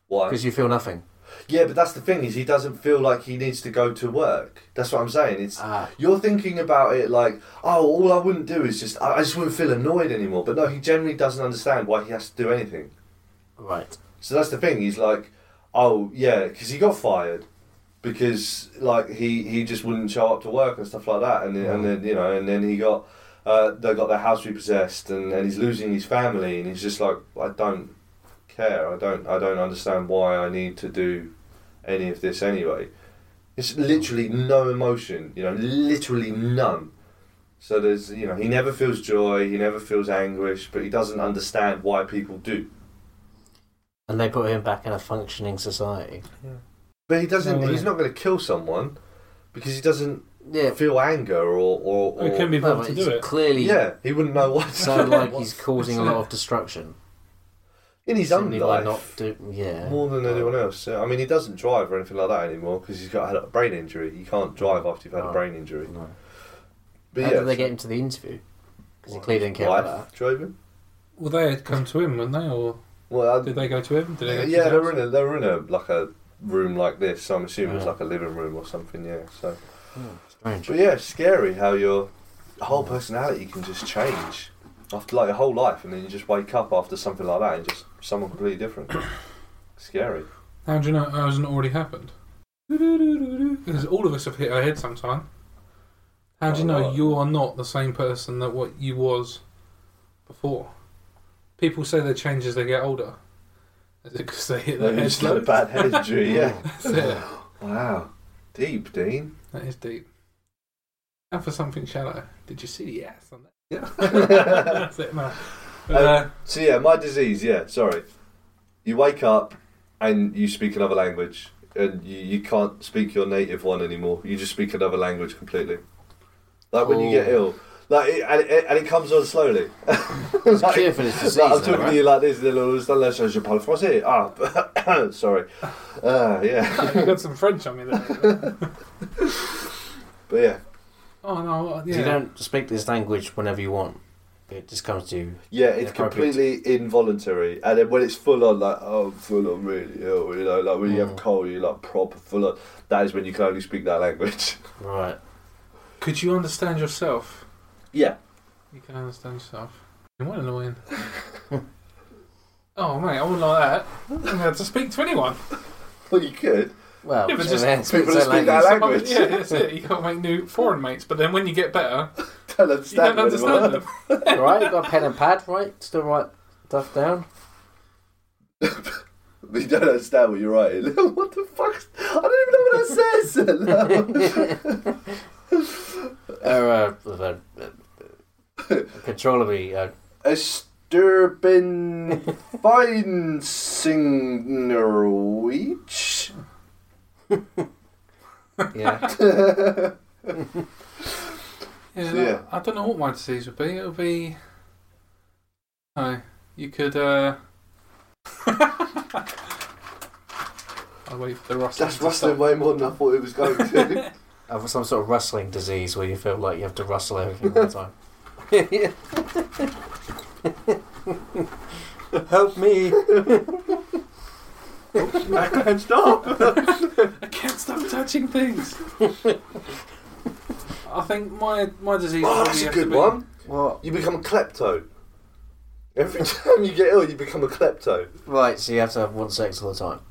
Why?
because you feel nothing.
Yeah, but that's the thing is he doesn't feel like he needs to go to work. That's what I'm saying. It's
Ah,
You're thinking about it like, oh, all I wouldn't do is just, I I just wouldn't feel annoyed anymore. But no, he generally doesn't understand why he has to do anything.
right.
So that's the thing. He's like, oh, yeah, because he got fired because like he, he just wouldn't show up to work and stuff like that. And, then and then, you know, and then he got, uh, they got their house repossessed and, and he's losing his family. And he's just like, I don't care. I don't, I don't understand why I need to do any of this anyway. It's literally no emotion, you know, literally none. So there's, you know, he never feels joy, he never feels anguish, but he doesn't understand why people do.
And they put him back in a functioning society.
But he doesn't.
No way.
he's not going to kill someone because he doesn't
Yeah,
feel anger or or. or
It can be
no,
done
but
to
it's
do it.
clearly
Yeah, he wouldn't know what.
sound like he's causing a lot of destruction.
in his own
Simply by
life.
not do- yeah.
more than anyone else. Yeah, I mean, he doesn't drive or anything like that anymore because he's got had a brain injury. You can't drive after you've had a
Oh.
brain injury.
No.
But
How
yeah,
did they get him to the interview? Because he clearly didn't care
wife
about
drove him.
Well, they had come to him, weren't they? Or
Well, I,
did they go to him? Did they go to
yeah,
his
they
house?
were in a they were in a like a room like this. So I'm assuming it's
Yeah.
like a living room or something. Yeah. So,
that. Oh, Strange.
but yeah, it's scary how your whole personality can just change after like your whole life, and then you just wake up after something like that and just someone completely different. scary.
How do you know it hasn't already happened? Because all of us have hit our head sometime. How do you
Quite a
know
lot.
you are not the same person that what you was before? People say they change as they get older. Is it because they hit their
Maybe
head?
just had a
loads?
bad head injury. Yeah.
That's it.
Wow. Deep, Dean.
That is deep. And for something shallow, did you see the ass on that?
so
That's it, man. But, uh,
yeah, my disease. Yeah, sorry. You wake up and you speak another language, and you, you can't speak your native one anymore. You just speak another language completely. Like when you get
Oh.
ill, like it, and, it, and it comes on slowly.
There's a
Like-
cure for this disease.
Like, I'm
though,
talking
right?
to you like this, and then all of a sudden, I say, je parle français. Ah, sorry. Uh, yeah,
you got some French on me there.
but yeah,
oh no, uh,
So You
yeah.
don't speak this language whenever you want. It just comes to you.
yeah, it's
Inappropriate.
completely involuntary. And then when it's full on, like oh, I'm full on, really ill. You know, like when you have
Mm.
cold, you're like proper full on. That is when you can only speak that language.
Right.
Could you understand yourself?
Yeah.
You can understand yourself. And What annoying. oh mate, I wouldn't like that. I wouldn't be able to speak to anyone.
Well, you could.
Well,
Yeah, but
so
just
then
people
it's
that
their
speak that
language.
Language.
yeah, that's it. You can't make new foreign mates, but then when you get better,
Don't
you
understand.
don't understand
anyone.
them.
right, you got a pen and pad, right? Still write stuff down.
You don't understand what you're writing. what the fuck? is- I don't even know what that says.
Uh, uh, uh, uh, controller me. Uh,
Esterben Feinsingerweech.
yeah.
Yeah,
So, yeah.
I don't know what my disease would be. It would be. No, you could. uh... I wait for the rustling.
That's
to
rustling
stop.
way more than I thought it was going to.
Have some sort of rustling disease where you feel like you have to rustle everything all the time. Help me!
I can't stop.
I can't stop touching things. I think my my disease.
Oh, that's
probably
a
has to
good
be-
one.
What?
You become a klepto. Every time you get ill, you become a klepto.
Right, so you have to have one sex all the time.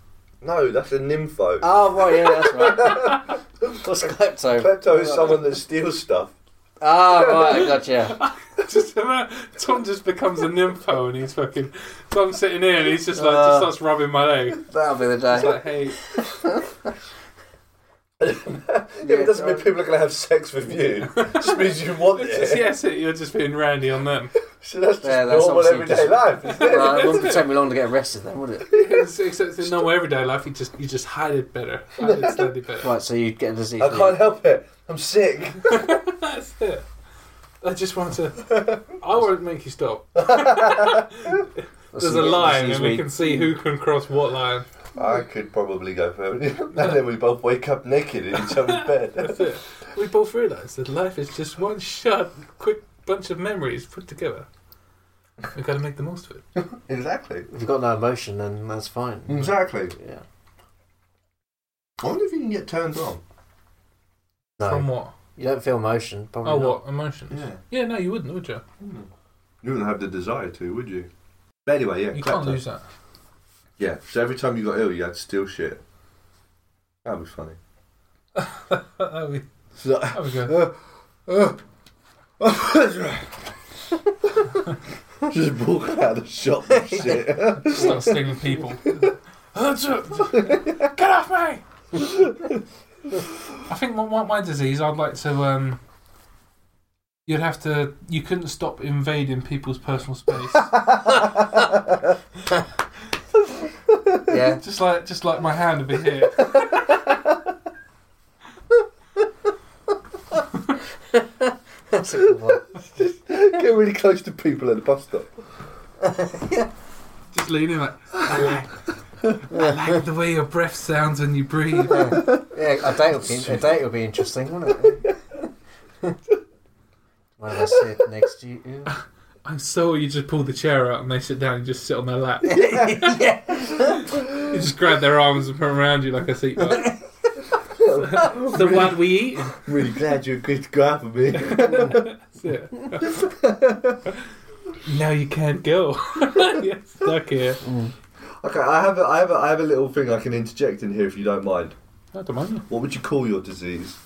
No, that's a nympho.
Oh, right, yeah, that's right. What's klepto?
Klepto is someone that steals stuff.
Ah, right, gotcha.
Just imagine- Tom just becomes a nympho and he's fucking. So I'm sitting here and he's just like
Uh.
just starts rubbing my leg.
That'll be the
It's
day.
like hey,
Yeah, but it doesn't mean people are going to have sex with you. It just means you want
it's just,
it.
yes, it, you're just being randy on them.
So that's just
Yeah, that's
normal
obviously
everyday life. isn't it?
Well, it wouldn't take me long to get arrested then, would it?
It's- Except in normal everyday life, you just you just hide it better. Hide it slightly better.
Right, so you'd get a disease.
I can't help it. I'm sick.
That's it. I just want to. I won't make you stop. There's a line, and we can see who can cross what line.
I could probably go for it. and then we both wake up naked in each other's bed.
That's it. We both realise that life is just one shot, quick bunch of memories put together. We've got to make the most of it.
exactly.
If you've got no emotion, then that's fine.
Mm.
Exactly.
Yeah.
I wonder if you can get turned on.
No.
From what?
You don't feel emotion. Probably
oh,
not.
what? Emotions?
Yeah.
Yeah, no, you wouldn't, would you?
Hmm. You wouldn't have the desire to, would you? But anyway, yeah.
You
clap
can't
time.
lose that.
Yeah. So every time you got ill, you had to steal shit. That'd be funny.
that would be,
So,
that'd be good.
uh, uh, just walk out of the shop and shit.
Start stinging people. Get off me! I think my, my, my disease, I'd like to. um You'd have to. You couldn't stop invading people's personal space.
Yeah.
just like, just like my hand would be here.
That's a good one.
get really close to people at the bus stop.
Just leaning like. I like, I like the way your breath sounds when you breathe.
Yeah, a date will be, a date will be interesting, wouldn't it? One of us sit next to you.
I'm so you just pull the chair out and they sit down and just sit on their lap.
yeah.
You just grab their arms and put them around you like a seatbelt. so what we eat?
Really glad you agreed to go out with me.
now you can't go. You're stuck here.
Mm. Okay, I have a, I have a, I have a little thing I can interject in here if you don't mind.
I don't mind.
What would you call your disease?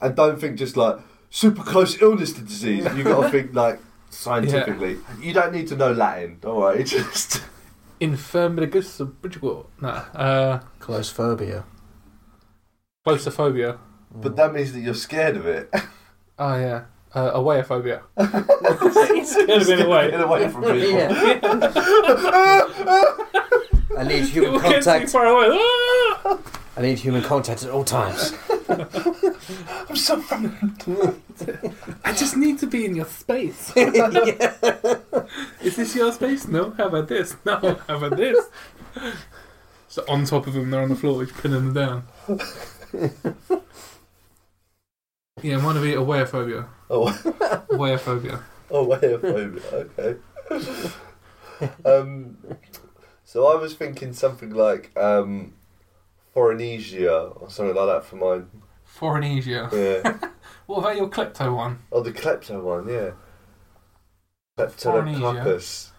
And don't think just like super close illness to disease. You got to think like scientifically. You don't need to know Latin. All right, it's just
Infirmigus of Bridgewater. Nah. Uh,
Close phobia.
claustrophobia.
but that means that you're scared of it.
Oh yeah, uh, awayophobia.
Scared
of being away.
away from people.
Yeah. I need human
People get too
contact.
far away. Ah!
I need human contact at all times.
I'm so I just need to be in your space. Is this your space? No. How about this? No. How about this? So on top of them, they're on the floor, just pinning them down. yeah, it might be awarephobia.
Oh,
Awarephobia.
oh, way of home. Okay. Um, so I was thinking something like um, Foreignesia or something like that for mine.
Foreignesia.
Yeah.
What about your klepto one?
oh, the klepto one. Yeah. Kleptococcus.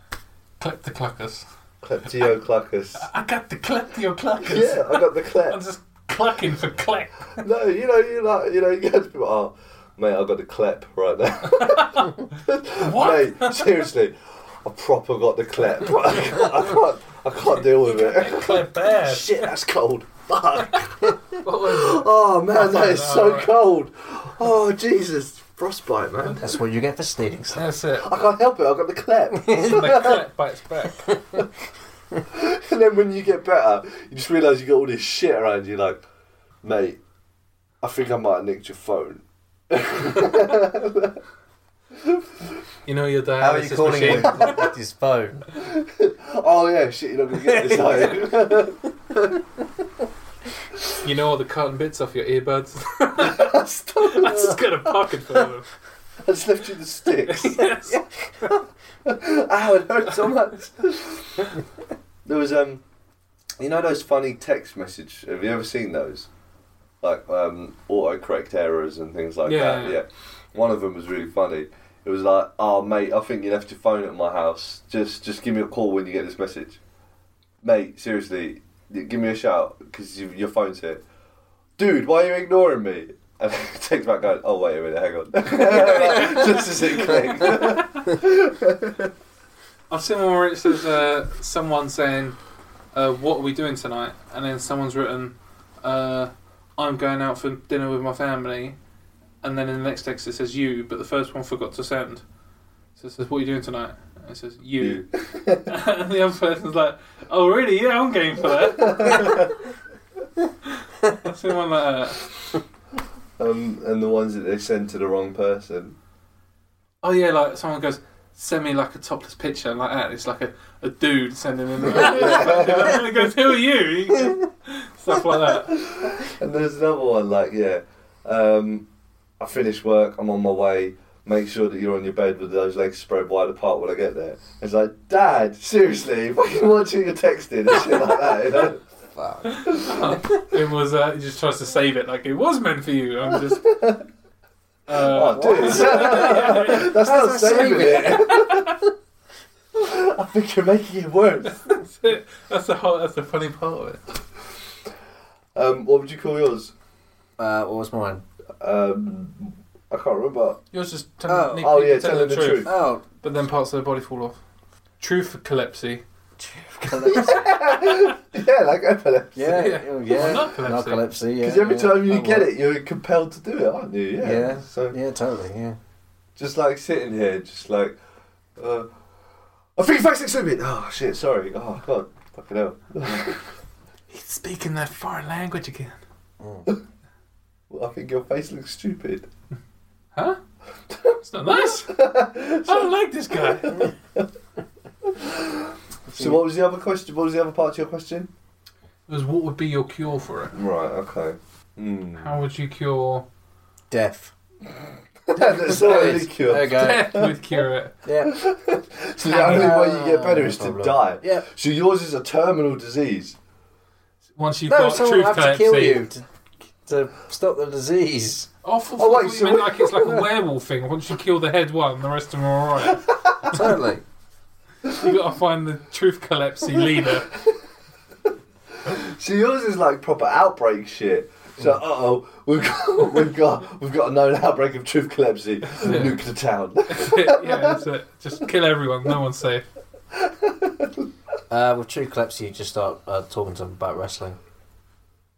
Foreignesia. Kleptocluckers.
Kleptiococcus.
I got the kleptocluckers.
yeah, I got the
I'm
klep.
just clucking for klep.
No, you know, you like, you know, you had to be like, oh, mate, I got the klep right now.
What?
Mate, seriously, I proper got the clip. I can't, I can't, I can't deal with it.
Klep bad.
Shit, that's cold. Fuck.
What was it?
Oh man, that is so
Alright.
cold. Oh Jesus, frostbite, man.
That's what you get for stealing stuff.
That's it.
I can't help it. I got the clip.
And the klep bites back.
and then when you get better, you just realise you got all this shit around you. Like, mate, I think I might have nicked your phone.
You know your
How are you
dialysis
calling
Uh, machine.
him with his phone?
Oh yeah, shit, you're not gonna get this. are you?
You know all the carton bits off your earbuds. I just got a pocket full of them.
I just left you the sticks. Ow, it hurt so much. there was um, you know those funny text message. Have you ever seen those? Like um, autocorrect errors and things like
Yeah.
that. Yeah. One of them was really funny. It was like, oh mate, I think you left your phone at my house. Just just give me a call when you get this message. Mate, seriously, y- give me a shout because you, your phone's here. Dude, why are you ignoring me? And it takes back going, oh wait a minute, hang on. just as it clicked.
I've seen one where it says uh, someone saying, uh, "What are we doing tonight?" and then someone's written, uh, "I'm going out for dinner with my family," and then in the next text it says "you," but the first one forgot to send. So it says, "What are you doing tonight?" and it says "you," and the other person's like, "Oh really? Yeah, I'm game for that." I've seen one like that.
Um, and the ones that they send to the wrong person.
Oh yeah, like someone goes, send me like a topless picture and like that. It's like a, a dude sending in. and he goes, who are you? Stuff like that.
And there's another one like, yeah, um, I finish work, I'm on my way. Make sure that you're on your bed with those legs spread wide apart when I get there. It's like, Dad, seriously, fucking watching your texting and shit like that. You know?
Fuck.
It was. Uh, he just tries to save it like it was meant for you. I'm just. Uh,
oh, dude, that's not
How's that
saving
saving?
it. I think you're making it worse.
that's it. That's the whole. That's the funny part of it.
Um, what would you call yours?
Uh, what was mine?
Um, I can't remember.
Yours just
Oh.
telling,
Oh, yeah, telling the truth.
Oh,
but then parts of the body fall off. Truth for calypsy.
Yeah, like epilepsy.
yeah,
Yeah.
oh, yeah.
Narcolepsy.
Narcolepsy, yeah.
Because every
yeah,
time you
that
get
one.
it, you're compelled to do it, aren't you? Yeah.
Yeah.
So
Yeah, totally, yeah.
just like sitting here, just like, uh, I think facts exhibit. Oh shit, sorry. Oh god, fucking hell.
He's speaking that foreign language again.
Mm.
Well, I think your face looks stupid.
Huh? It's not nice. I don't like this guy.
So what was the other question? What was the other part to your question?
It was what would be your cure for it?
Right. Okay.
Hmm.
Mm.
How would you cure
Death.
That's not really cure.
There you go.
death with cure it?
Yeah.
So the only
Uh,
way you get better
no
is to
problem.
die.
Yeah.
So yours is a terminal disease.
Once you've
No,
got
someone
truth eh?
will have to kill
calypsy.
you to, to stop the disease.
Oh, for,
Oh, wait,
you
so
meant
what-
like it's like a werewolf thing. Once you kill the head one, the rest of them are alright.
Totally.
you got to find the truth calypsy leader.
So yours is like proper outbreak shit. So uh
Mm.
oh, we've got we've got we've got a known outbreak of truth calypsy. Nuke the town.
yeah, that's it. Just kill everyone. No one's safe.
Uh, with True Calypso, you just start uh, talking to them about wrestling.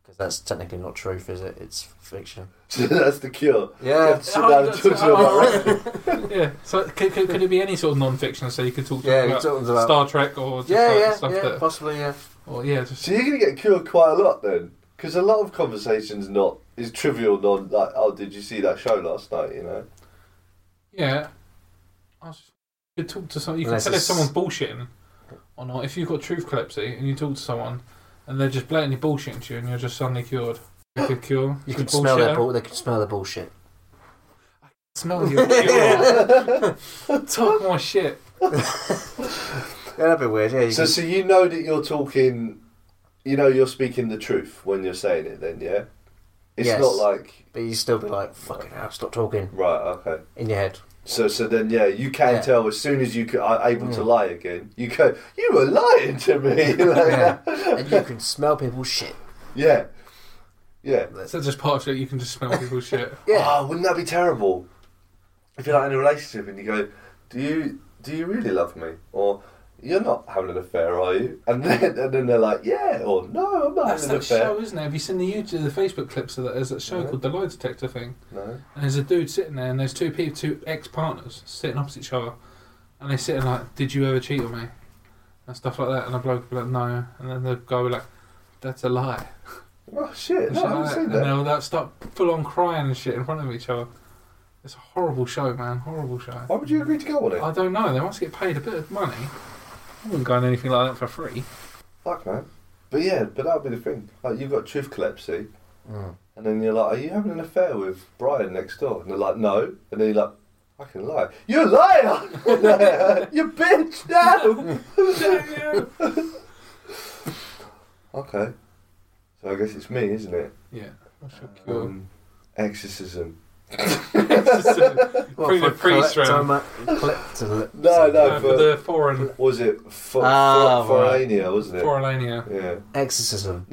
Because that's technically not truth, is it? It's fiction.
That's the cure. You
Yeah.
have to sit down and talk to them about that.
yeah. So could, could, could it be any sort of non-fiction? So you could talk to
Yeah,
them
you're
about
talking about.
Star Trek or just
yeah,
like
yeah,
stuff
yeah,
that,
possibly, yeah.
or yeah, just
So you're going to get cured quite a lot then, because a lot of conversations not is trivial, non like oh did you see that show last night? You know,
yeah. I was- You could talk to someone. You can
Unless
tell if
it's-
someone's bullshitting or not. If you've got truth collapsy and you talk to someone and they're just blatantly bullshitting to you, and you're just suddenly cured. You could cure.
You
the
can smell their
bullshitter.
bull. They can smell their bullshit.
Smell your cure. Talk more shit.
Yeah, that'd be weird. Yeah. You
so so you know that you're talking, you know you're speaking the truth when you're saying it. Then yeah, it's
Yes.
not like
but you still be like, fucking hell, stop talking
right okay.
in your head.
So so then yeah, you can
Yeah.
tell as soon as you c- are able to
Mm.
lie again. You go, you were lying to me.
Yeah.
Like,
and you can smell people's shit.
yeah, yeah.
So just part of it, you can just smell people's shit.
Yeah.
Oh, wouldn't that be terrible? If you're like in a relationship and you go, do you do you really love me? Or you're not having an affair, are you? And then and then they're like, yeah, or no, I'm not having
That's
an
that
affair.
show, isn't it? Have you seen the YouTube, the Facebook clips of that? There's that show
No.
called The Lie Detector thing,
No.
and there's a dude sitting there, and there's two people, two ex-partners sitting opposite each other, and they're sitting like, "Did you ever cheat on me?" and stuff like that. And the bloke would be like, "No," and then the guy would be like, "That's a lie."
Oh shit!
And
No,
shit
I haven't
like that.
seen
And
that.
they'll like, start full on crying and shit in front of each other. It's a horrible show, man. Horrible show.
Why would you agree to go on it?
I don't know. They must get paid a bit of money. I wouldn't go on anything like that for free.
Fuck man. But yeah, but that would be the thing. Like you've got truth collapsy,
Mm.
and then you're like, are you having an affair with Brian next door? And they're like, no. And then you're like, I can lie. You're a liar. you bitch. No. Okay. So I guess it's me, isn't it?
yeah. That's your cure.
Um, exorcism.
Well,
Through the
for
priest round.
kleptoma- klepto-
No, no,
No, for
but-
the foreign
Was it for,
Ah,
for,
right.
Forania, wasn't it?
Foralania.
yeah.
Exorcism.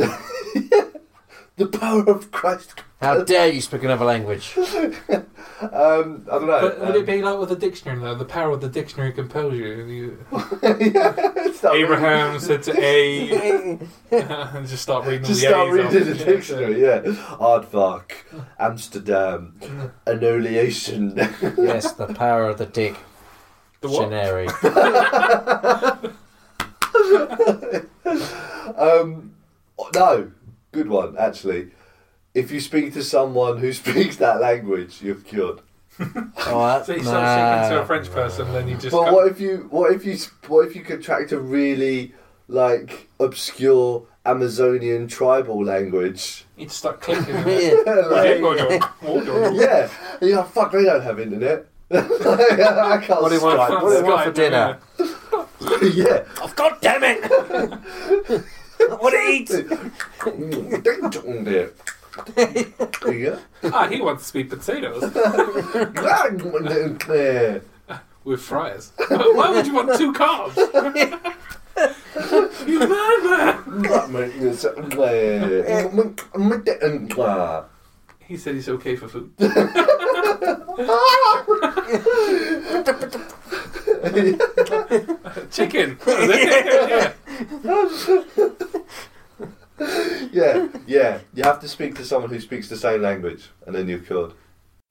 The power of Christ.
How dare you speak another language?
Um, I don't know.
But would
um,
it be like with a dictionary though? The power of the dictionary compels you. and you
Um, yeah, it's not
Abraham said to A,
Abraham
and just start reading
really-
all
Just
the
start
A's
reading the
off.
dictionary, yeah. Aardvark, Amsterdam,
Yeah.
annulation.
yes, the power of the dick.
The what?
Generic.
um, no, good one, actually. If you speak to someone who speaks that language, you're cured.
Oh, that's
So you start speaking to a French person, then you just.
but
go-
what if you what if you what if you contract a really like obscure Amazonian tribal language?
you just start clicking. in it.
Yeah.
Like,
Or go, "Oh, no."
yeah, and you're like, fuck, they don't have internet. I can't.
What do you want?
Skype.
What do you want for
Skype,
dinner?
yeah.
Oh, God damn it! what to eat?
Mm, ding dong there. Yeah.
yeah. Ah, he wants sweet potatoes
Grand ding there.
with fries. Why would you want two carbs? you madman!
Grand ding there. Mm, mm, ding there.
He said he's okay for food. Chicken. yeah.
Yeah, yeah. You have to speak to someone who speaks the same language, and then you're cured.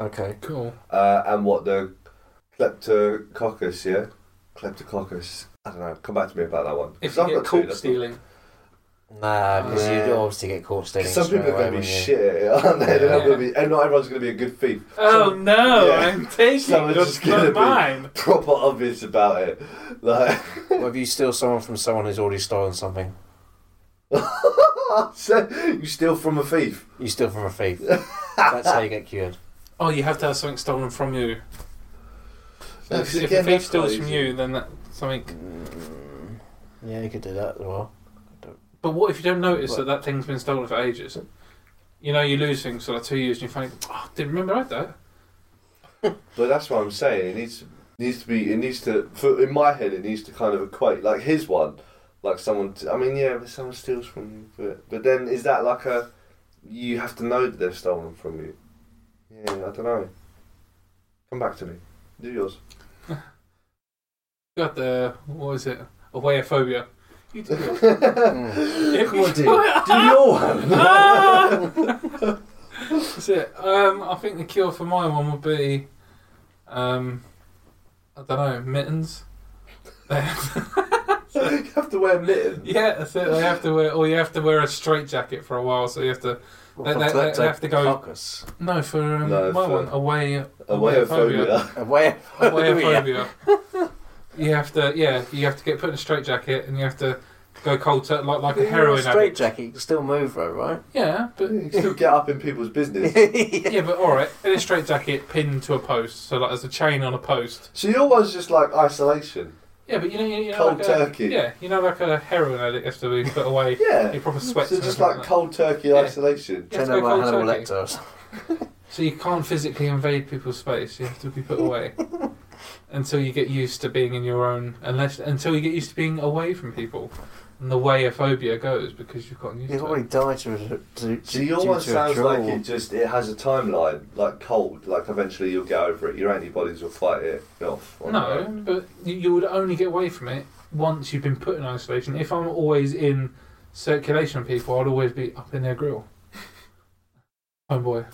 Okay.
Cool.
Uh, and what the kleptococcus, yeah, kleptococcus. I don't know. Come back to me about that one.
If
'Cause
you
I've
get
got two,
caught
that's
stealing,
Nah, because
Yeah.
you obviously get caught
not- 'cause
stealing.
Some
straight
people are going to
away,
be
wouldn't you?
shit, at it, aren't they? They're not
Yeah.
gonna be, and not everyone's going to be a good thief.
Oh no,
Yeah.
I'm taking
Someone's
it's
just gonna
not
be-
mine.
Proper obvious about it. Like,
What if you steal someone from someone who's already stolen something?
so you steal from a thief.
You steal from a thief. That's how you get cured.
Oh, you have to have something stolen from you. So
No,
if
'cause
if
again,
a thief
that's quite
steals from
easy.
you, then that something.
Mm, yeah, you could do that as well.
But what if you don't notice
What?
that that thing's been stolen for ages? You know, you lose things for like two years, and you think, oh, didn't remember I had that.
But that's what I'm saying. It needs needs to be. It needs to. For, in my head, it needs to kind of equate. Like his one, like someone. T- I mean, yeah, but someone steals from you. But, but then is that like a? You have to know that they've stolen from you. Yeah, I don't know. Come back to me. Do yours.
You got the what is it? Awarephobia. You did it.
Come on, dude. Do your one.
Ah! That's it. Um, I think the cure for my one would be, um, I don't know, mittens.
you have to wear mittens.
Yeah, that's it. They have to wear, or you have to wear a straight jacket for a while. So you have to
Well,
They- they-
for
they- they have to go-
Cleptococcus.
no for um,
No,
my
for-
one away
A way of phobia.
Away
away You have to yeah, you have to get put in a straight jacket and you have to go cold tur- like like a heroin
Mm, straight
addict.
jacket, you can still move though, right?
Yeah, but
You still get up in people's business.
yeah, but all right, in a straight jacket pinned to a post, so like there's a chain on a post.
So your one's just like isolation.
Yeah, but you know, you know
Cold
like
turkey.
A, yeah, you know, like a heroin addict has to be put away.
Yeah.
You proper sweat.
So just like cold turkey
Yeah.
isolation.
You have
Turn
to go
over
cold
Hannibal
turkey.
Lecter. or something.
So you can't physically invade people's space. You have to be put away until you get used to being in your own. Unless until you get used to being away from people, and the way a phobia goes because you've gotten used
You've
to
already died to, to, to,
So your
due
one
to a
sounds like
draw.
it just it has a timeline, like cold, like eventually you'll get over it. Your antibodies will fight it off.
it. No, but you, you would only get away from it once you've been put in isolation. If I'm always in circulation, with people, I'd always be up in their grill. Homeboy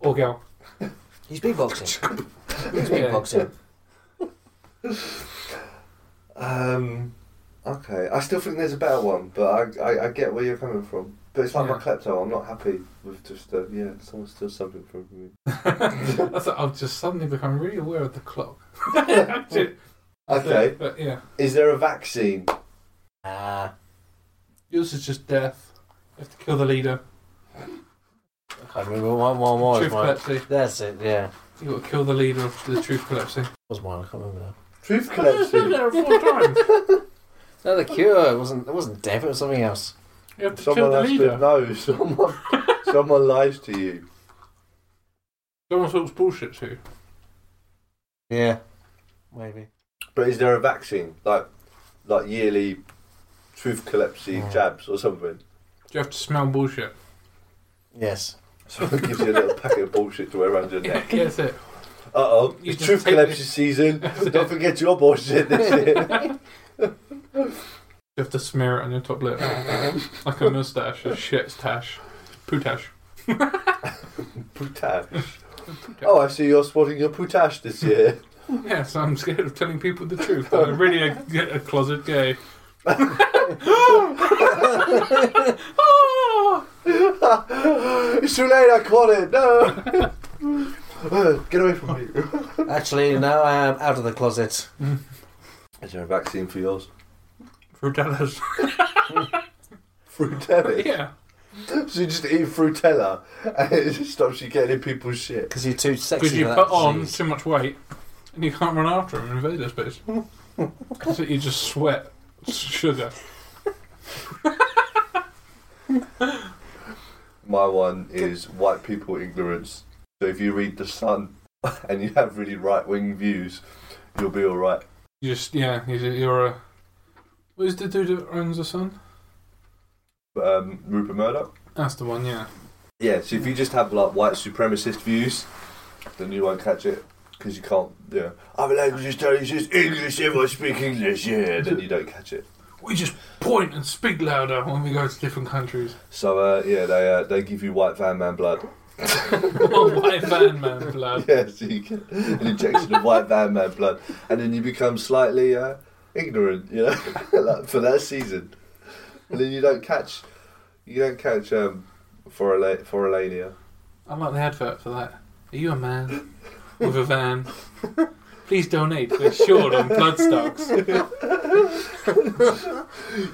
or girl.
He's beatboxing. He's
Yeah.
beatboxing.
Um, okay. I still think there's a better one, but I, I, I get where you're coming from. But it's like my
Yeah.
klepto. I'm not happy with just uh, yeah. Someone steals something from me.
That's it. I've just suddenly become really aware of the clock. That's it.
Okay.
But yeah,
Is there a vaccine?
Ah,
yours is just death. You have to kill the leader.
I can't remember one one was
truth
mine.
collapsing.
That's it. Yeah,
You got to kill the leader of the truth collapsing.
was mine. I can't remember now.
Truth
Been
collection.
there four times.
No, the cure. It wasn't. It wasn't death. It was something else.
You have to
someone
kill the
has to
leader.
know. Someone someone lies to you.
Someone talks bullshit to. you.
Yeah, maybe.
But is there a vaccine like like yearly truth collapsy
Mm.
jabs or something?
You have to smell bullshit.
Yes.
Someone gives you a little packet of bullshit to wear around your
Yeah,
neck.
that's it.
Uh oh,
You
it's truth
just take
collapsy
this-
season. Don't forget your bullshit this year.
You have to smear it on your top lip like a mustache, a shit tash, pootash.
Putain. Oh, I see you're sporting your poutache this year.
Yes, I'm scared of telling people the truth. but I'm really a, a closet gay.
it's too late, I caught it. No. Get away from me.
Actually, now I am out of the closet.
Is there a vaccine for yours?
Fruitellas.
Frutella.
Yeah.
so you just eat frutella and it just stops you getting in people's shit.
Because you're too sexy.
Because you
for
put
that
on
disease.
too much weight and you can't run after them and invade their space. so you just sweat sugar.
My one is white people ignorance. So if you read The Sun and you have really right wing views, you'll be alright.
You just, yeah, you- you're a. Who's the dude that owns the sun?
Um, Rupert Murdoch?
That's the one, yeah.
Yeah, so if you just have like white supremacist views, then you won't catch it because you can't. Yeah, I'm a language studies, it's English, if I speak English, yeah, then you don't catch it.
We just point and speak louder when we go to different countries.
So uh, yeah, they uh, they give you white van man blood.
oh, white van man blood.
Yeah, so you get an injection of white van man blood, and then you become slightly uh, ignorant, you know, like, for that season, and then you don't catch you don't catch um, forala- foralania.
I like the advert for that. Are you a man with a van? Please donate. We're short on blood stocks.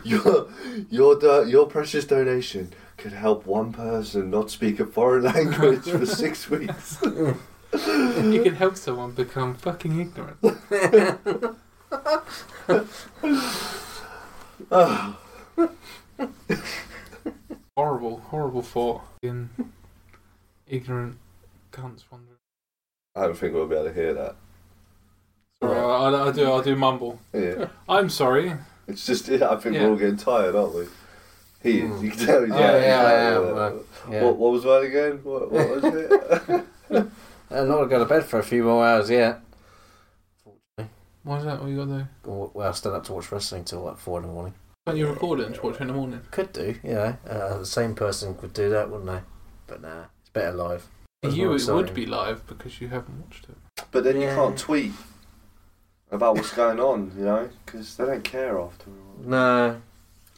Your your do- your precious donation could help one person not speak a foreign language for six weeks.
You can help someone become fucking ignorant.
Ah,
Horrible, horrible thought. In ignorant cunts wandering.
I don't think we'll be able to hear that.
Sorry, I, I, I do. I do mumble.
Yeah,
I'm sorry.
it's just yeah, I think
Yeah.
we're all getting tired, aren't we? He is. You can tell. he's
Oh,
getting
yeah, I
tired.
am, uh, Yeah.
What, what was that again? What, what was it?
I'm not gonna go to bed for a few more hours yet.
Why is that? What you got to do?
Or- Well, I stand up to watch wrestling till like four in the morning.
Can't you record it and just watch it in the morning?
Could do, yeah. Uh, the same person could do that, wouldn't they? But nah, it's better live.
For
That's
you,
more
it would
exciting.
be live because you haven't watched it.
But then you
Yeah.
can't tweet about what's going on, you know, because they don't care after. all.
No.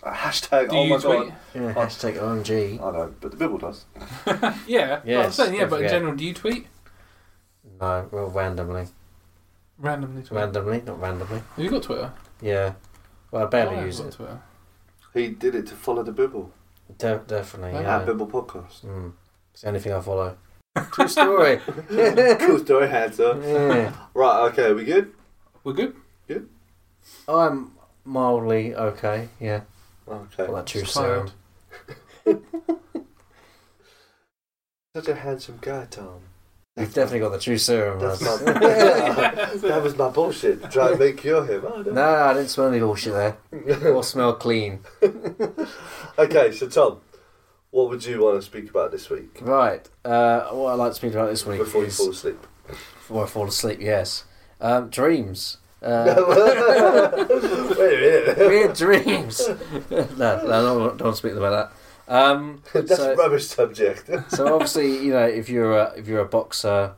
Uh, hashtag,
Do
oh my
you tweet?
god.
Yeah, hashtag OMG.
I don't, but the Bible does.
yeah, but I'm
Yes,
saying, yeah,
don't
but in
forget.
general, do you tweet?
No, well, randomly.
Randomly tweet.
Randomly, not randomly.
Have you got Twitter?
Yeah. Well, I
I
barely
haven't
use
got
it.
Twitter.
He did it to follow the Bible.
De- definitely,
Yeah.
yeah.
At Bible Podcast.
Mm. It's the only thing I follow. True story.
cool story, answer.
yeah.
Right, okay, we good?
We're good.
I'm mildly okay, yeah.
Okay.
Well, that true
It's
serum.
tired.
Such a handsome guy, Tom.
You've definitely got the true serum.
That's
Russ.
my, that was my bullshit. to Try and make you him. I don't
No, I didn't smell any bullshit there. All smell clean.
okay, so Tom, what would you want to speak about this week
Right. Uh, what I'd like to speak about this week
before you
is
fall asleep?
before I fall asleep. Yes, um, dreams. Uh,
Wait a minute.
weird dreams. no, no, don't, don't speak about that. Um,
That's
so-
a rubbish subject.
so obviously, you know, if you're a, if you're a boxer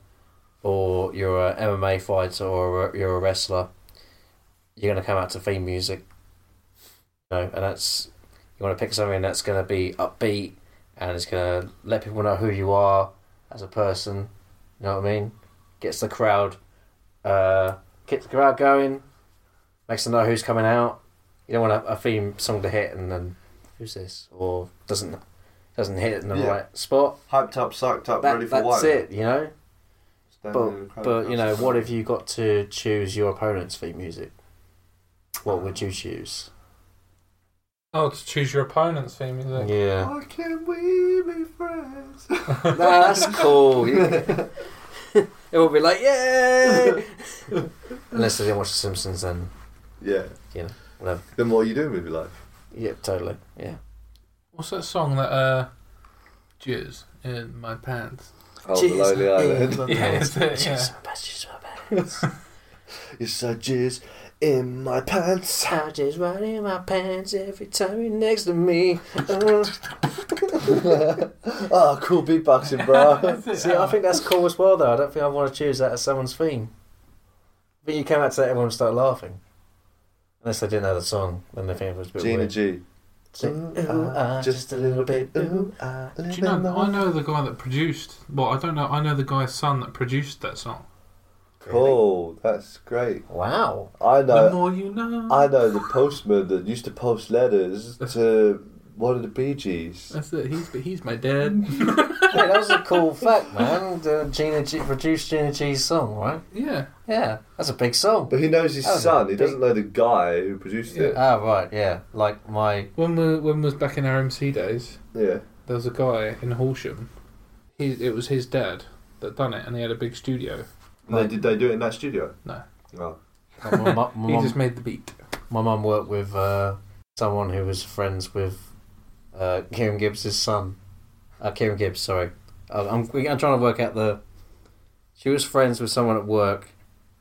or you're a MMA fighter or a, you're a wrestler, you're gonna come out to theme music. You know, and that's you want to pick something that's gonna be upbeat and it's gonna let people know who you are as a person. You know what I mean? Gets the crowd, uh, gets the crowd going, makes them know who's coming out. You don't want a, a theme song to hit and then who's this or doesn't doesn't hit in the
Yeah.
right spot.
Hyped up, psyched up,
That-
ready for Oh,
that's
what?
it, you know. But you know, what if you got to choose your opponent's theme music? What would you choose?
Oh, to choose your opponent's theme music.
Yeah,
Why can we be friends?
no, that's cool. You- it will be like yay, unless they didn't watch The Simpsons. Then
Yeah.
Yeah, whatever.
Then what are you doing with your life?
yeah, totally. Yeah,
What's that song that uh, jizz in my pants?
Oh,
Cheers.
the Lonely Island.
Yeah.
Yeah, it's it, yeah.
Jeez, my pants, jeez, my pants.
Yes, I jizz in my pants.
I just run in my pants every time you're next to me. Uh,
oh, cool beatboxing, bro.
See,
Oh.
I think that's cool as well, though. I don't think I want to choose that as someone's theme. But you came out to that, everyone started laughing. Unless they didn't know the song, then they think it was a bit
Gina
weird.
G.
So, ooh, ah, just a little bit. Ooh, ah.
Do you know? I know the guy that produced. Well, I don't know. I know the guy's son that produced that song.
Cool, that's great.
Wow.
I
the
know.
more you know.
I know the postman that used to post letters to one of the Bee Gees.
That's it. He's but he's my dad.
yeah, that was a cool fact, man. Uh, Gina G produced Gina G's song, right?
yeah.
Yeah, that's a big song.
But he knows his
That was a
son. He
big-
doesn't know the guy who produced it.
Ah, right, yeah. Like my.
When we when we was back in our MC days,
Yeah.
there was a guy in Horsham. He it was his dad that done it, and he had a big studio.
And they, did they do it in that studio?
No.
Oh.
My mum my
He
mum-
just made the beat.
my mum worked with uh, someone who was friends with uh, Kieran Gibbs' son. Uh, Kieran Gibbs, sorry. Uh, I'm, I'm trying to work out the. She was friends with someone at work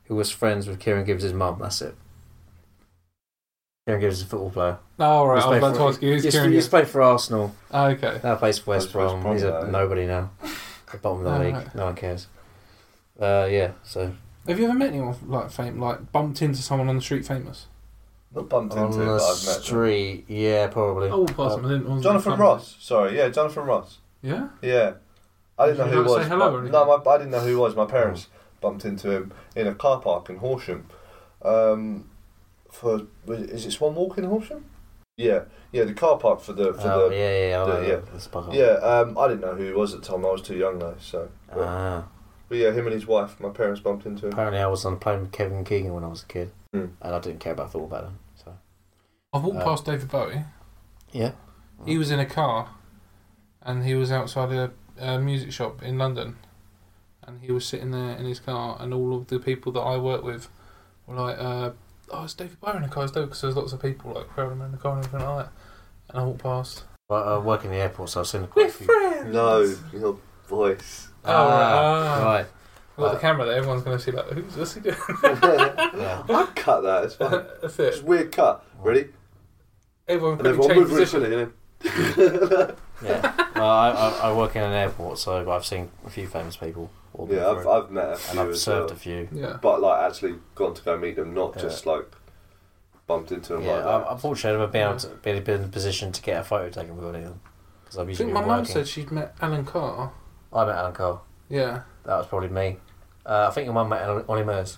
who was friends with Kieran Gibbs' mum. That's it. Kieran Gibbs is a football player.
Oh, all right.
He's
I was
played
about
for-
to ask you. Who's
He's,
Kieran
he's
Gibbs?
played for Arsenal.
Oh, okay.
Now plays for West
Plays for West
Brom.
Brom
He's a
now.
nobody now. The bottom of the league.
Alright.
No one cares. Uh, yeah, so.
Have you ever met anyone like fame, like bumped into someone on the street famous?
Not bumped
On
into, but
the
I've met them.
street, yeah, probably.
Oh, past him. I didn't.
Jonathan Ross. Sorry, yeah, Jonathan Ross.
Yeah.
Yeah. I didn't know
Did you
who he
not
was.
say hello Oh.
but-
or anything?
no, my, I didn't know who he was. My parents bumped into him in a car park in Horsham. Um, for is it Swan Walk in Horsham? Yeah, yeah, the car park for the for
Oh,
the
yeah, yeah, yeah.
the-
oh,
yeah.
that's a bugger.
yeah. um, I didn't know who he was at the time. I was too young though. So, but,
Ah.
but yeah, him and his wife. My parents bumped into him.
Apparently, I was on a plane with Kevin Keegan when I was a kid,
Hmm.
and I didn't care about football back then. So
I've walked
Uh,
past David Bowie.
yeah,
He was in a car, and he was outside a, a music shop in London, and he was sitting there in his car, and all of the people that I work with were like, uh, "Oh, it's David Bowie in the car, it's David," because there's lots of people like crowding around the car and everything like that. And I walked past.
but I work in the airport, so I've seen quite a few.
friends.
No, your voice.
Oh, right.
Ah,
Ah.
right.
Without the camera there, everyone's going to see like, who's what's he doing?
Yeah.
I'd cut that. It's fine.
That's
It's
it.
a weird cut. Ready?
Everyone
And
quickly
everyone
change
move
position.
really quickly.
Yeah. No, I, I, I work in an airport, so I've seen a few famous people. walking
Yeah, I've,
through,
I've met a few
and I've uh,
as
served
well.
a few.
Yeah.
But like actually gone to go meet them, not
Yeah.
just like bumped into them like
Yeah,
that.
I'm, unfortunately, I've been, able to, been, been in a position to get a photo taken with any of them because I've
I
usually
think my
been
mum
working.
said she'd met Alan Carr.
I met Alan Cole.
Yeah.
That was probably me. Uh, I think your mum met Alan- Ollie Murs.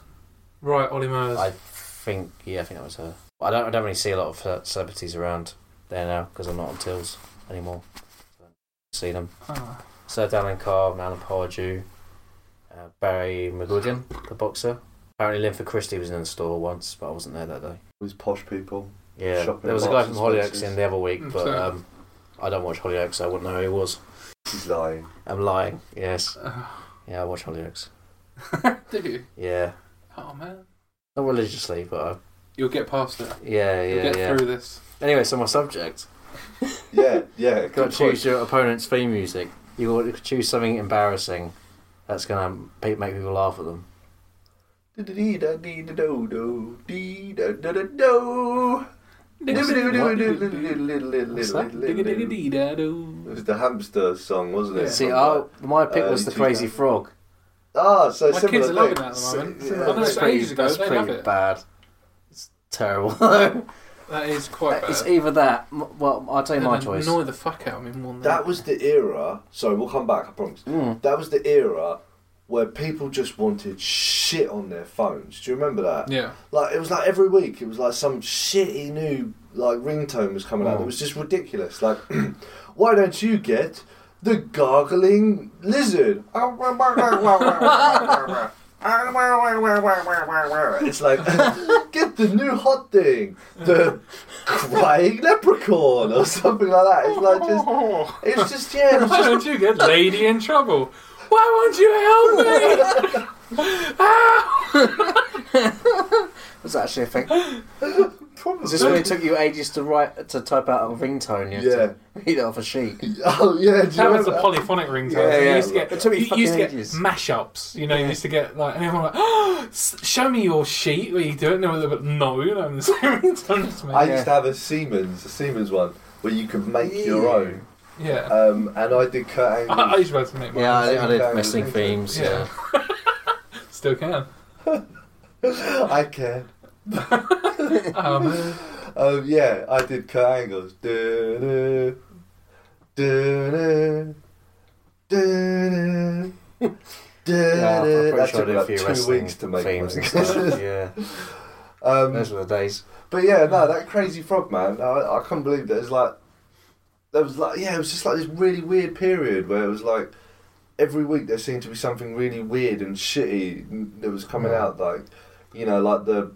Right, Ollie Murs.
I think, yeah, I think that was her. I don't, I don't really see a lot of uh, celebrities around there now because I'm not on tills anymore. So I don't see them.
Ah.
Sir Alan Carr, Alan Pardew, uh, Barry McGuigan, the boxer. Apparently, Linford Christie was in the store once, but I wasn't there that day.
These posh people.
Yeah,
Shopping
there was a guy
Marks
from
and
Hollyoaks
Spencers.
in the other week, but
Okay.
um, I don't watch Hollyoaks, so I wouldn't know who he was.
He's lying.
I'm lying. Yes,
Ah.
yeah, I watch Hollyoaks.
Do you?
Yeah,
Oh, man.
not religiously, but I,
You'll get past it.
yeah,
You'll
yeah,
get
yeah.
through this.
Anyway, so my subject.
Yeah, yeah.
You've got
good
to
point.
choose your opponent's theme music. You got to choose something embarrassing that's gonna pe- make people laugh at them.
Dee-da-dee-da-do-do, dee-da-da-da-do.
What's that?
It was the hamster song, wasn't it?
Yeah.
See,
From
I, my pick
early
was the Crazy
2000s.
Frog.
Ah, so
My
similar
kids are loving
thing.
that at the
So-
moment.
yeah.
I know it's
That's pretty-
ages ago,
That's
they
pretty
love it.
bad. It's terrible. though.
That is quite bad.
it's either that. m- Well, I'll tell you
They'd
my choice.
Annoy the fuck out of me more than
That was the era. Sorry, we'll come back. I promise.
Mm.
That was the era where people just wanted shit on their phones. Do you remember that?
Yeah.
Like it was like every week. It was like some shitty new like ringtone was coming out.
Oh.
It was just ridiculous. Like, why don't you get the gargling lizard? it's like get the new hot thing, the crying leprechaun or something like that. It's like just.
Why
It's just yeah, it's just
don't you get lady in trouble? Why won't you help me? Ah!
Was that actually a thing?
probably.
Is this when it took you ages to write to type out a ringtone? You had to read it off a sheet.
Oh yeah, do you
That was
remember
the polyphonic ringtone.
Yeah,
You
yeah.
used to get,
It took me
you
fucking
used to get
ages.
mashups. You know, you used to get like, and everyone like, oh, s- show me your sheet where you do it. And they were like, no, you don't have the same ringtone as me.
I
Yeah.
used to have a Siemens, a Siemens one where you could make your own.
yeah.
Um, and I did Kurt
I, I
Angle's.
used to be able to make mine.
Yeah, I, I did
ringtone.
messing themes. Yeah.
Still can.
I can.
Oh, man.
Um, yeah, I did Kurt Angle's. Du-du, du-du, du-du,
Yeah, I'm
du-du.
pretty
That
sure I
took
did
me
a
like
few
two
wrestling
weeks to make.
themes and
mine.
stuff. yeah,
Um,
those were the days.
But yeah, no, that crazy frog man, I, I can't believe that it was like there was like yeah, it was just like this really weird period where it was like every week there seemed to be something really weird and shitty that was coming
Yeah.
out like you know, like the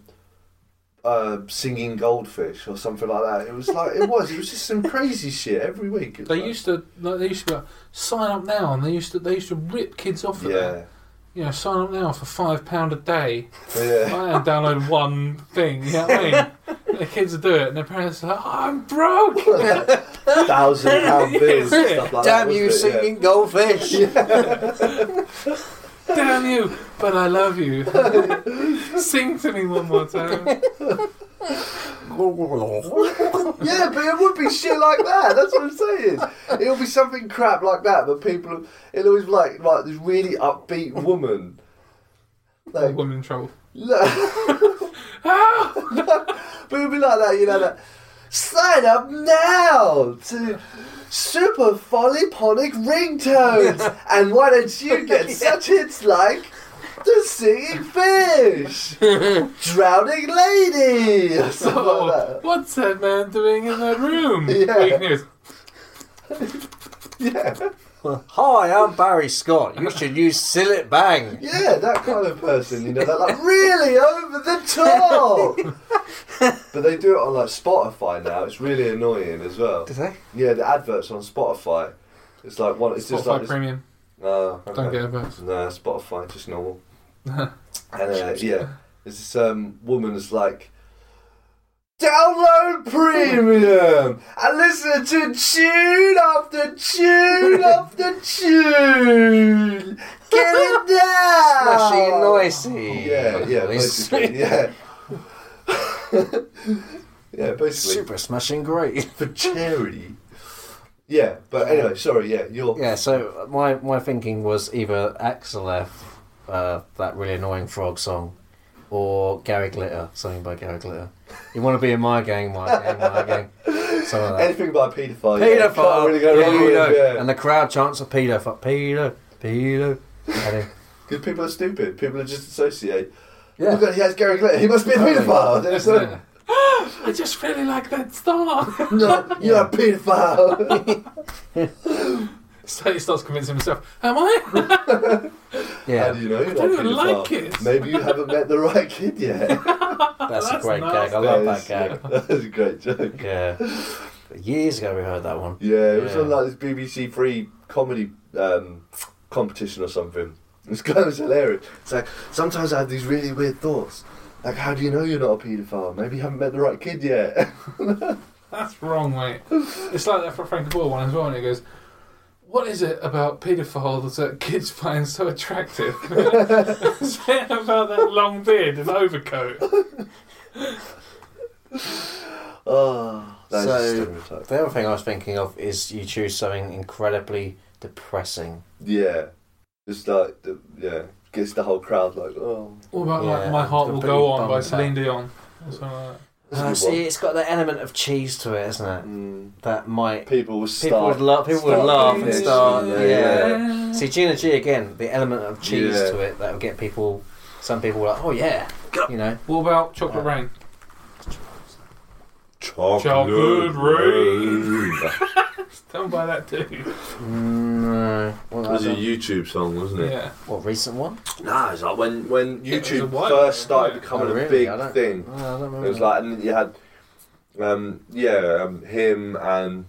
uh, singing goldfish or something like that. It was like it was. It was just some crazy shit every week. It was
They
like-
used to, like, they used to go, sign up now, and they used to, they used to rip kids off. Of that.
yeah,
You know, sign up now for five pound a day.
yeah.
I had download one thing. You know what I mean? the kids would do it, and their parents are like, "I'm broke."
Thousand pound bills, and stuff like that.
Damn you,
wasn't it?
singing goldfish!
Damn you, but I love you. Sing to me one more time.
Yeah, but it would be shit like that. That's what I'm saying. It'll be something crap like that, but people, it'll always be like like this really upbeat woman. Like,
Woman troll.
but it'll be like that, you know that. Sign up now to super polyphonic ringtones, and why don't you get such hits like the singing fish, drowning lady, or something like that.
Oh, what's that man doing in that room?
Yeah.
Fake news.
Hi, I'm Barry Scott. You should use Sillet Bang.
Yeah, that kind of person, you know, they're like really over the top. but they do it on like Spotify now. It's really annoying as well.
Did they?
Yeah, the adverts on Spotify. It's like one. It's just
Spotify
like this-
Premium.
no,
Don't
okay.
get adverts.
No, Spotify, just normal. and uh, yeah, there's this um, woman's like, Download premium and listen to tune after tune after tune. Get it down.
Smashy and noisy.
Yeah, yeah,
Noise.
basically, yeah. yeah, basically
Super smashing great.
for charity. Yeah, but anyway, sorry. Yeah, you're.
Yeah, so my, my thinking was either Axel F, uh, that really annoying frog song, or Gary Glitter, something by Gary Glitter. You want to be in my gang, my gang, my gang. Something like that.
Anything by
oh,
paedophile. yeah,
Pedophile!
can't really go wrong with,
pedo.
yeah.
And the crowd chants a pedophile. Pedo, pedo. And then,
Because people are stupid. People are just associate. Oh
yeah.
god, he has Gary Glitter. He must be a paedophile. There's no,
I just really like that star.
no, you're a paedophile.
so he starts convincing himself, Am I?
Yeah,
How do you know? You're not
I
a
don't even
paedophile?
like it.
Maybe you haven't met the right kid yet.
that's,
That's
a great
nice.
gag. I love that
That
gag.
is- that is a great joke.
Yeah. Years ago we heard that one.
Yeah, it was
Yeah.
on like this BBC Three comedy um, competition or something. It's kind of hilarious. It's like sometimes I have these really weird thoughts. Like, how do you know you're not a paedophile? Maybe you haven't met the right kid yet.
That's wrong, mate. It's like that for Frank Boyle one as well, and he goes, What is it about paedophiles that kids find so attractive? Is it about that long beard and overcoat?
oh, that's a
So-
stereotype.
The other thing I was thinking of is you choose something incredibly depressing.
Yeah, just like the, yeah, gets the whole crowd like, oh,
What about like
Yeah,
My Heart Will Go
completely
On by
bummed
Celine Dion? Or something like
this is a
Uh,
good
see,
one.
it's got the element of cheese to it, isn't it?
Mm.
That might
People would start.
people would love, people would
start
laugh and
doing this,
start.
yeah,
Yeah.
yeah.
See, Gina G again, the element of cheese
Yeah.
to it that will get people. Some people were like, oh yeah, you know.
that. What about Chocolate Rain?
Chocolate,
Chocolate
rain.
Don't buy that too.
Mm,
It
well,
was a
you-
YouTube song, wasn't it?
Yeah.
what recent one?
Nah, it's like when when
Yeah, it was a
YouTube
while
first
ago,
started
yeah.
becoming
Oh,
a
really? I
big
don't-
thing.
Oh, I don't remember.
It was like, and you had, um, yeah, um, him and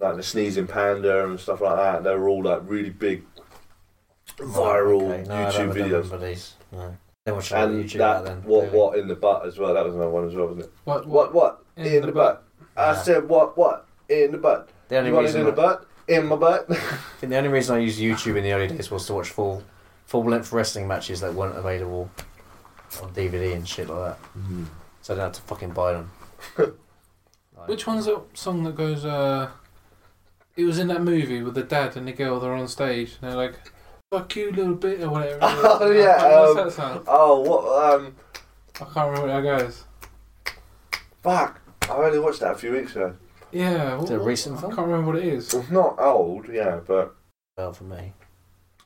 like the sneezing panda and stuff like that. They were all like really big viral
Okay, no, I
YouTube
don't, I don't
videos.
remember these. No. Then we'll try
And
YouTube
that
out then.
what
really.
what in the butt as well. That was another one as well, wasn't it?
What?
What what in, the, butt? I
Yeah.
said what what in the butt?
The only
you want it
reason
in the
I-
butt? In my butt?
I think the only reason I used YouTube in the early days was to watch full full length wrestling matches that weren't available on DVD and shit like that.
Mm-hmm.
Mhm.
So I didn't have to fucking buy them. Like-
Which one's that song that goes, uh. It was in that movie with the dad and the girl, they're on stage, and they're like, fuck you, little bit, or whatever. it is.
Oh, yeah,
What's
um,
that song?
oh what um
I can't remember how it goes.
fuck. I only watched that a few weeks ago.
Yeah.
Is it a recent
I
film?
can't remember what it is.
It's not old, yeah, but
Well, for me.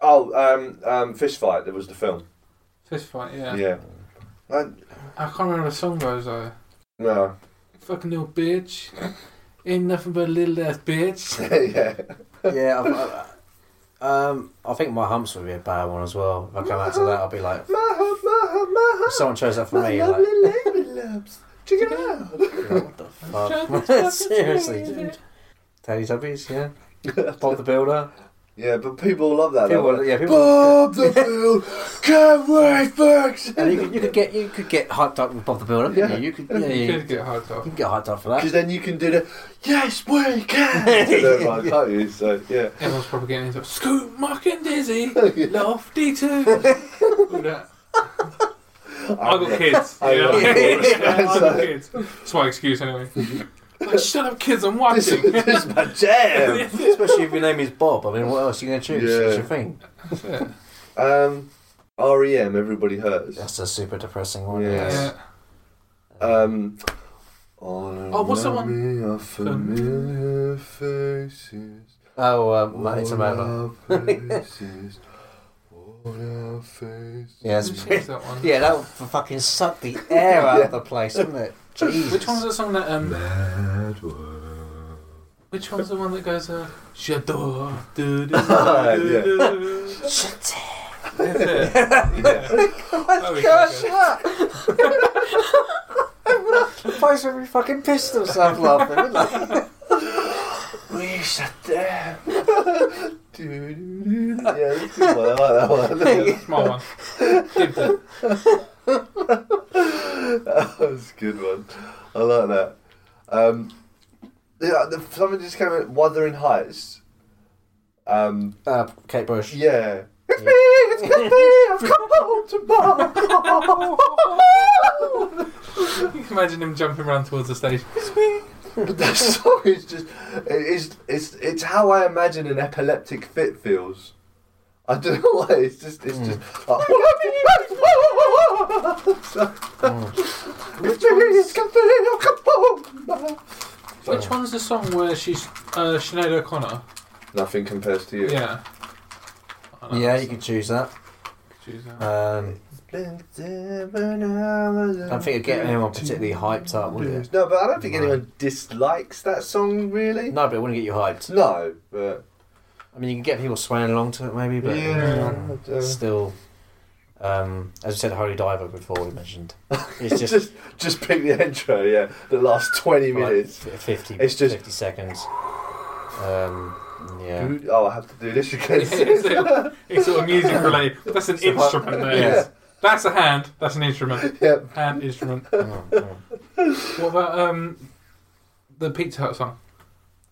Oh, um, um, Fist Fight, that was the film.
Fist fight, yeah.
Yeah. I,
I can't remember the song goes though.
no.
Fucking little bitch. Ain't nothing but a little ass bitch.
yeah.
yeah, I've, I, um, I think my humps would be a bad one as well. If I come out to that, I'll be like,
My heart, my heart, my
if
heart.
someone chose that for
my
me, you're like,
lovely lady loves. Check it out.
you're like, what the fuck? Seriously, dude. Teddy Tubbies, yeah. Bob the Builder.
Yeah, but people love that.
People-
though.
yeah, people-
Bob the Build, can't wait for action.
And you could, you could get you could get hyped up with Bob the Builder. couldn't
Yeah.
You, you could, yeah,
You
you,
could get hard
you
off.
can get hyped up for
Because
that.
then you can do the, yes, we can. to them, like, can't you? So, yeah.
Everyone's probably getting into it. Scoot, Mark and Dizzy. Lofty too. All that. I got kids.
I
yeah,
got
I got
kids.
kids. Yeah, I got
So-
kids. That's my excuse anyway. Like, shut up, kids! I'm watching.
This is, this is my jam.
Especially if your name is Bob. I mean, what else are you going to choose?
Yeah.
It's your thing.
yeah.
Um, REM, Everybody Hurts.
That's a super depressing one.
Yeah.
Yes.
Um. Oh,
what's the
one? Are familiar faces.
Oh, um, Ma- it's a
all
matter.
our faces, all our faces.
Yeah,
Which
it's-
one's that one?
yeah, that would f- fucking suck the air out of the place, wouldn't it? Jesus.
Which one's the song that um?
Mad world.
Which one's the one that goes uh? J'adore. Do, do,
Yeah.
do, do. That's it. Yeah. That'd be quite good.
the place where we fucking pissed himself laughing, wouldn't it?
We shut down. Doo-doo-doo. yeah, that's a good one. I like that one.
Small one. Give them.
That's a good one. I like that. Um, yeah, the, something just came in. Wuthering Heights. Um,
Uh, Kate Bush.
yeah. It's me, it's me, I've come home to mom.
You can imagine him jumping around towards the stage.
that song is just, it's, it's, it's how I imagine an epileptic fit feels. I don't know why, it's just, it's just.
Hmm.
uh, It's me, it's me, I've come home.
Which one's the song where she's uh, Sinead O'Connor?
Nothing compares to you.
Yeah. I don't know.
Yeah, you can choose that.
Choose that.
Um, I don't think it'd get anyone particularly hyped up, would it?
No, but I don't think
No.
anyone dislikes that song really.
No, but it wouldn't get you hyped.
No, but
I mean, you can get people swaying along to it, maybe, but
Yeah, I don't-
still. Um, as we said, Holy Diver before we mentioned. It's
just,
just,
just pick the intro. Yeah, the last twenty
like
minutes.
f- 50,
It's just-
50 seconds. Um, yeah.
Who- Oh, I have to do this again.
it's, sort of- it's sort of music related. That's an
So, uh,
instrument there.
yeah.
That's a hand. That's an instrument.
Yep.
Hand instrument.
Mm, mm.
What about um, the Pizza Hut song?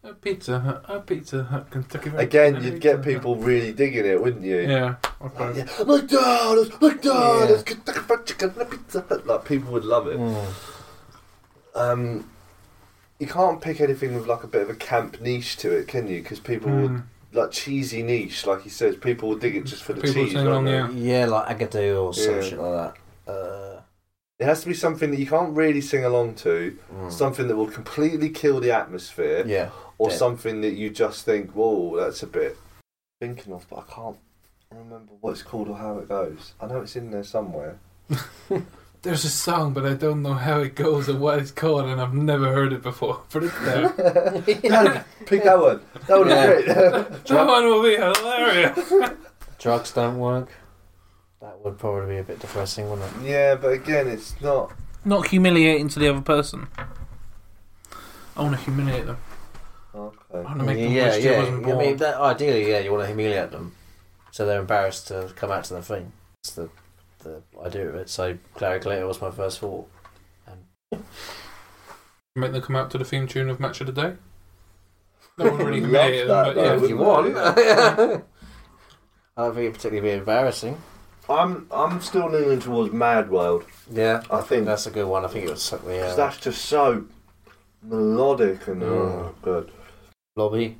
A Pizza Hut, a Pizza Hut, Kentucky Road.
Again,
a
you'd
Pizza
get
Hut.
people really digging it, wouldn't you?
Yeah. I
Like,
suppose.
yeah. McDonald's,
Yeah.
McDonald's, Kentucky Fried Chicken, and a Pizza Hut. Like people would love it.
Mm.
Um, you can't pick anything with like a bit of a camp niche to it, can you? Because people would
Mm.
like cheesy niche, like he says, people will dig it just for the
People
cheese.
sing
won't
along,
they?
yeah.
Yeah, like Agadoo or some
Yeah.
shit like that. Uh,
It has to be something that you can't really sing along to,
mm.
something that will completely kill the atmosphere,
yeah.
or
yeah.
something that you just think, whoa, that's a bit thinking of, but I can't remember what it's called or how it goes. I know it's in there somewhere.
There's a song, but I don't know how it goes or what it's called, and I've never heard it before. But it's there.
no, pick that one. That one
Yeah.
is great.
that one will be hilarious.
Drugs don't work. That would probably be a bit depressing, wouldn't it?
yeah, but again, it's not.
Not humiliating to the other person. I want to humiliate them. I
Okay.
want to make them
yeah,
wish
yeah.
they wasn't
I
born.
mean, that, ideally, yeah, you want to humiliate them, so they're embarrassed to come out to the thing. It's the the idea of it. So Clary Glitter was my first thought.
Make them come out to the theme tune of Match of the Day. No one really
Love
humiliated them,
that,
but
though,
yeah.
if
wouldn't
you
they?
want, I don't think it'd particularly be embarrassing.
I'm I'm still leaning towards Mad World.
Yeah,
I think
that's a good one. I think it would suck the
Because
uh,
that's just so melodic and oh, good.
lobby.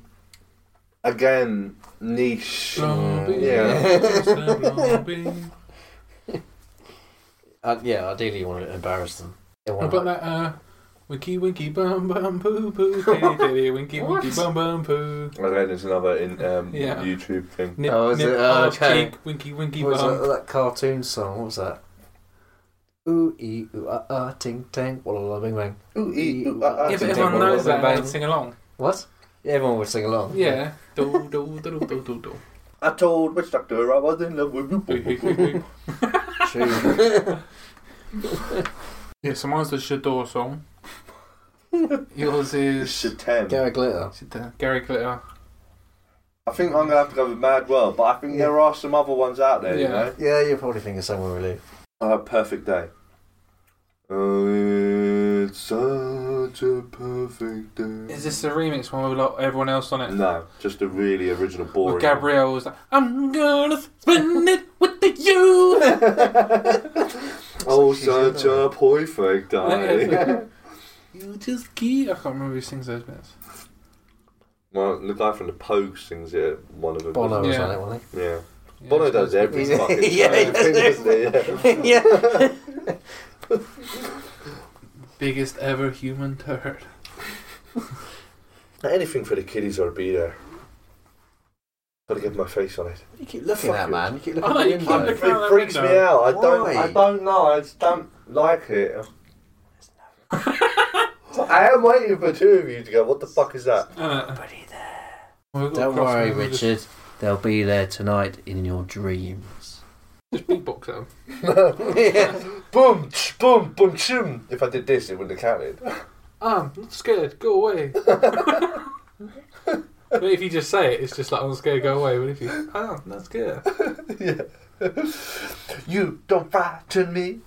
Again, niche.
Lobby,
Yeah.
just a lobby.
Uh, yeah, ideally, you want to embarrass them. You
What
wanna-
about that? Uh, winky winky bum bum poo poo diddy diddy winky winky bum bum poo.
Again, there's another in um,
Yeah.
YouTube thing.
Nip,
Oh, is
nip,
it? Oh,
arse
okay.
cheek, winky winky
What was that,
bum.
that cartoon song? What was that? Ooh ee ooh ah ah ting tang walla walla bing bang.
Ooh, ee, ooh, ah, ah,
Yeah, but
ting,
everyone
ting, walla,
knows that.
walla,
They
bang.
can sing along.
What? Yeah, everyone would sing along.
Yeah. Do do do do do do.
I told which doctor I was in love with.
do.
True.
Yeah, so mine's the Shador song. Yours
It's
is
a 10.
Gary Glitter.
Gary Glitter.
I think I'm going to have to go with Mad World, but I think there are some other ones out there, you
Yeah.
know?
Yeah, you're probably thinking someone relief.
Uh, perfect Day. Oh, it's such a perfect day.
Is this the remix one with like, everyone else on it?
No, just a really original, boring.
With Gabrielle was like, I'm gonna spend it with the you.
Oh,
It's like she's
such a perfect day.
you just keep. I can't remember who sings those bits.
Well, the guy from the Pogue sings it. One of them.
Bono was
Yeah.
on it, wasn't
Yeah.
Yeah,
Bono
it's-
does every
Yeah,
fucking
yeah,
thing, doesn't he? Yeah.
he? yeah.
Biggest ever human turd.
Anything for the kiddies, I'll be there. Gotta get my face on it.
You keep looking
Fuck
at
it.
man. You keep
I
looking
like
at the
it. Look
window.
It
out that
freaks me
window.
out. I don't.
Why?
I don't know. I just don't like it. I am waiting for two of you to go. What the fuck is that?
Uh,
Nobody there.
well, we've got
Don't
cross
worry,
members, just-
Richard. They'll be there tonight in your dreams.
Just beatbox them.
boom, tsh, boom, boom, shim. If I did this, it wouldn't have counted.
Ah, I'm not scared. Go away. but if you just say it, it's just like I'm scared. Go away. But if you, I'm not scared.
yeah. you don't frighten me.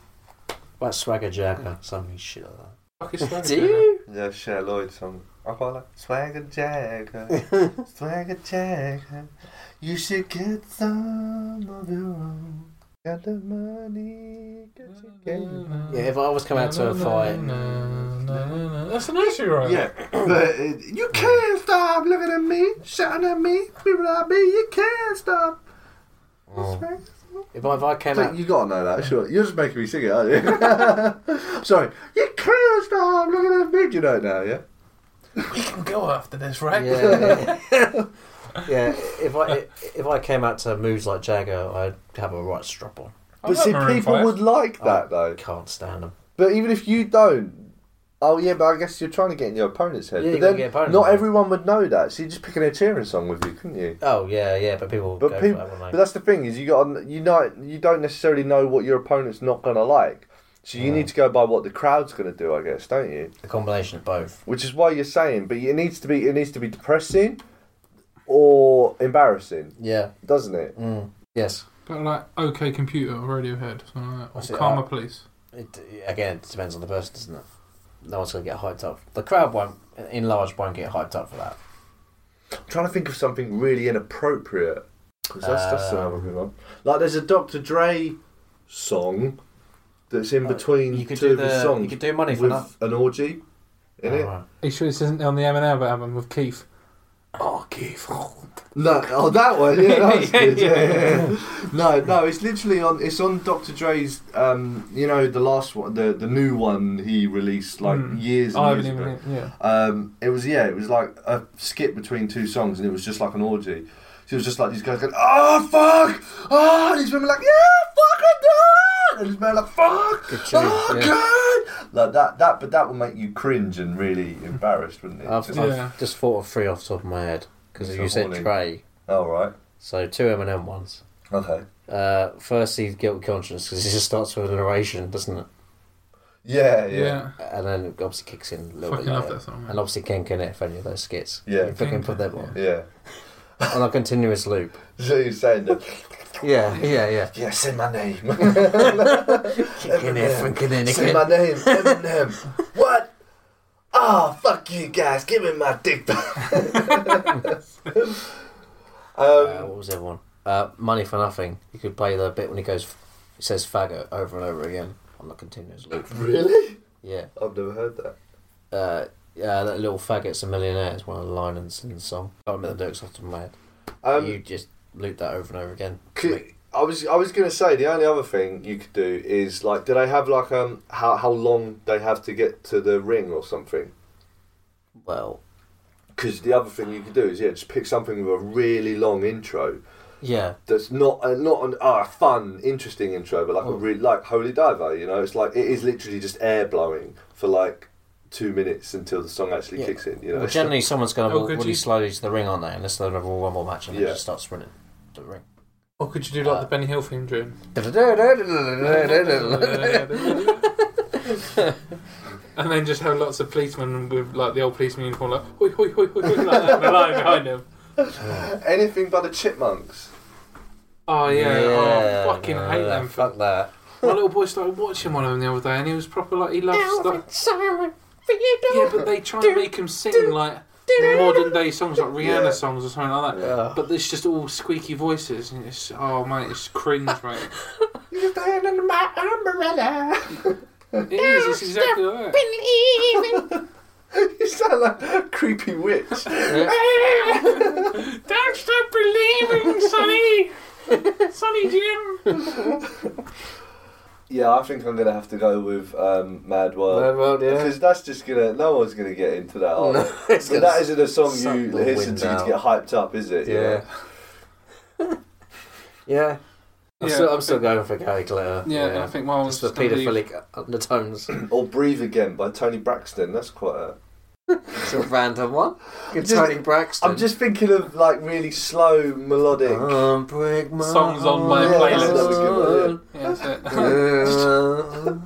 About Swagger Jagger, something shit like
Fuck is
that.
Swagger
Do
Jagger?
you?
Yeah, Cher Lloyd song. I quite like Swagger Jagger, Swagger Jagger. You should get some of your own. Got the money, got your game.
yeah, if I was coming out to a fight,
That's an issue, right?
Yeah, but uh, you can't stop looking at me, shouting at me, people like me. You can't stop.
oh. if I, if I came out,
you gotta know that, sure. You're just making me sing it, aren't you? Sorry. You can't stop looking at me. Do you know it now, yeah?
We can go after this, right?
yeah, yeah, if I if I came out to moves like Jagger, I'd have a right strap on.
I
But
love
see,
Maroon
people
five.
would like that,
I
though.
can't stand them.
But even if you don't, oh yeah, but I guess you're trying to get in your opponent's head.
Yeah,
but
you gotta
then
get opponent's
not
head.
everyone would know that, so you just pick an Ed Sheeran song with you, couldn't you?
Oh yeah, yeah, but people
But
go
people-
for that one.
But that's the thing is you got you know you don't necessarily know what your opponent's not gonna like, so you
Yeah.
need to go by what the crowd's gonna do, I guess, don't you?
the combination of both.
Which is why you're saying, but it needs to be it needs to be depressing or embarrassing,
Yeah.
doesn't it?
Mm. Yes.
But like, OK Computer, Radiohead, something like
What's
that.
it,
Or Karma
uh,
Police.
It, again, it depends on the person, doesn't it? No one's going to get hyped up. The crowd won't, in large, won't get hyped up for that.
I'm trying to think of something really inappropriate. 'Cause that's, that's another
Um,
good one. Like there's a Dr. Dre song that's in
Uh,
between
You could
two
do
of his
the,
songs
you could do money for
with
that.
an orgy in it.
Oh, right.
Are you sure this isn't on the Eminem album with Keith? Oh, Keith.
No, oh that one. Yeah, that was
Yeah,
good. Yeah,
yeah.
yeah. No, no, it's literally on. It's on Dr. Dre's. Um, you know the last one, the the new one he released like
Hmm.
years. And
I haven't
years ago.
even. Yeah.
Um, it was yeah, it was like a skip between two songs, and it was just like an orgy. So it was just like these guys going, "Oh fuck!" Oh, and these women like, "Yeah, fucking do it!" And these men like, "Fuck!"
Good tune,
Oh god! Like that, that, but that would make you cringe and really embarrassed, wouldn't it?
I've,
Just-
Yeah.
I've just thought of three off the top of my head because
It's
you
a
said
horny.
Trey,
All "Oh, right,
so two Eminem ones.
okay,
Uh, firstly, guilt conscience because it just starts with an narration, doesn't it?
yeah,
Yeah.
yeah,
And then it obviously kicks in a little
Fucking
bit
love
later.
that song.
And
Man.
obviously, Kink in it for any of those skits.
Yeah.
you fucking put them on,
yeah.
on a continuous loop.
So you're saying that?
Yeah, yeah, yeah.
Yeah, say my name.
Kicking it, fucking in
say
again.
my name, Eminem. what? Oh, fuck you guys. Give me my dick back.
Uh,
um,
what was the other one? Uh, Money for Nothing. You could play the bit when he goes, he says faggot over and over again on the continuous loop.
really?
Yeah.
I've never heard that.
Uh, yeah, that little faggot's a millionaire is one of the lines in the song. I can't remember the lyrics off the top of my head.
Um,
you just loop that over and over again.
Could, I was I was gonna say the only other thing you could do is like do they have like um how how long they have to get to the ring or something?
Well,
Because the other thing you could do is yeah just pick something with a really long intro
yeah.
that's not uh, not an ah fun interesting intro but like a
Oh.
really like Holy Diver you know it's like it is literally just air blowing for like two minutes until the song actually
Yeah.
kicks in you know
Well, generally, someone's going to
Oh,
walk
could
really
you-
slowly to the ring, aren't they? Unless they're in a Royal Rumble match and
Yeah.
they just start sprinting to the ring.
Or could you do like
Uh,
the Benny Hill theme tune?
yeah,
And then just have lots of policemen with like the old policeman uniform, like hoi hoi hoi hoi, hoi like that, and the line behind them.
anything by the Chipmunks
Oh yeah, oh, I fucking
no,
hate
no,
them.
Fuck that.
My little boy started watching one of them the other day, and he was proper like he loves stuff. Yeah, but they try and make him sing like modern day songs, like Rihanna
Yeah.
songs or something like that.
Yeah.
But it's just all squeaky voices, and it's oh mate, it's cringe, mate.
you stand under my umbrella
It is. It's exactly like that.
you sound like a creepy witch
Don't stop believing, Sonny. Sonny Jim.
Yeah, I think I'm gonna have to go with um, Mad World.
Mad World, yeah.
Because that's just gonna no one's gonna get into that. Are
No,
they?
it's
But
gonna
that isn't a song
suck
you
the
listen
wind
to to
out.
get hyped up, is it? You
Yeah.
know?
yeah.
Yeah.
I'm, Still, I'm still going for Gary Glitter.
Yeah, I think mine was
Just for
gonna be-
paedophilic undertones.
Or Breathe Again by Tony Braxton. That's quite a.
it's a random one. Good
Just-
Tony Braxton.
I'm just thinking of like really slow melodic.
Um, break my
Songs on my
heart.
playlist.
That was good,
Yeah,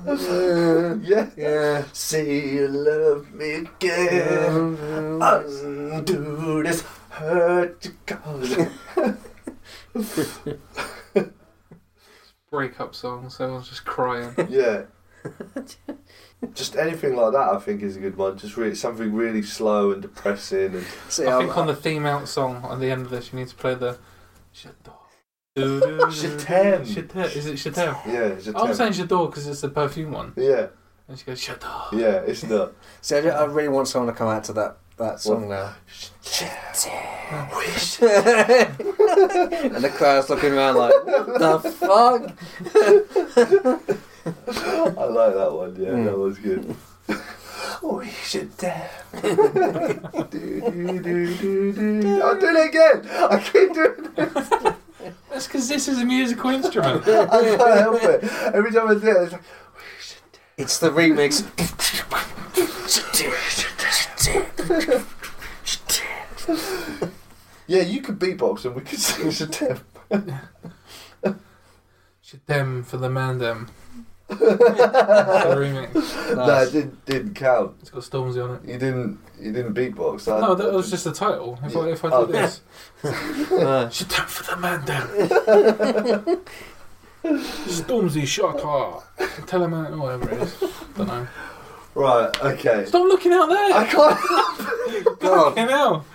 that's it.
Yeah.
Uh, Yeah.
yeah.
Say you love me again.
Oh,
Undo this hurt you caused.
Breakup song, so I was just crying.
yeah. Just anything like that, I think, is a good one. Just really something really slow and depressing. And
See,
I
I'm-
think on the theme out song at the end of this, you need to play the. J'adore.
J'aime.
J'adore. Is it J'adore?
yeah, it's a
I'm
ten.
saying J'adore because it's the perfume one.
yeah,
And she goes, J'adore.
yeah, it's not.
see, I, I really want someone to come out to that that song now. and the crowd's looking around like, what the fuck?
I like that one. Yeah,
Mm.
that was good. oh, you should dare. do, do, do, do, do. I'll do it again. I keep doing it.
That's because this is a musical instrument.
I can't help it. Every time I do it, it's like,
It's the remix.
yeah, you could beatbox and we could sing a dare.
J'adore for the mandem. The
no,
remix.
it didn't, didn't count.
It's got Stormzy on it.
You didn't. You didn't beatbox. That,
No, that was just the title. If I, if I
Oh.
did this,
No.
J'adore for the mandem. Stormzy Shaka. Tell him out, whatever it is. Don't know.
right. Okay.
Stop looking out there!
I can't.
God.
Fucking hell.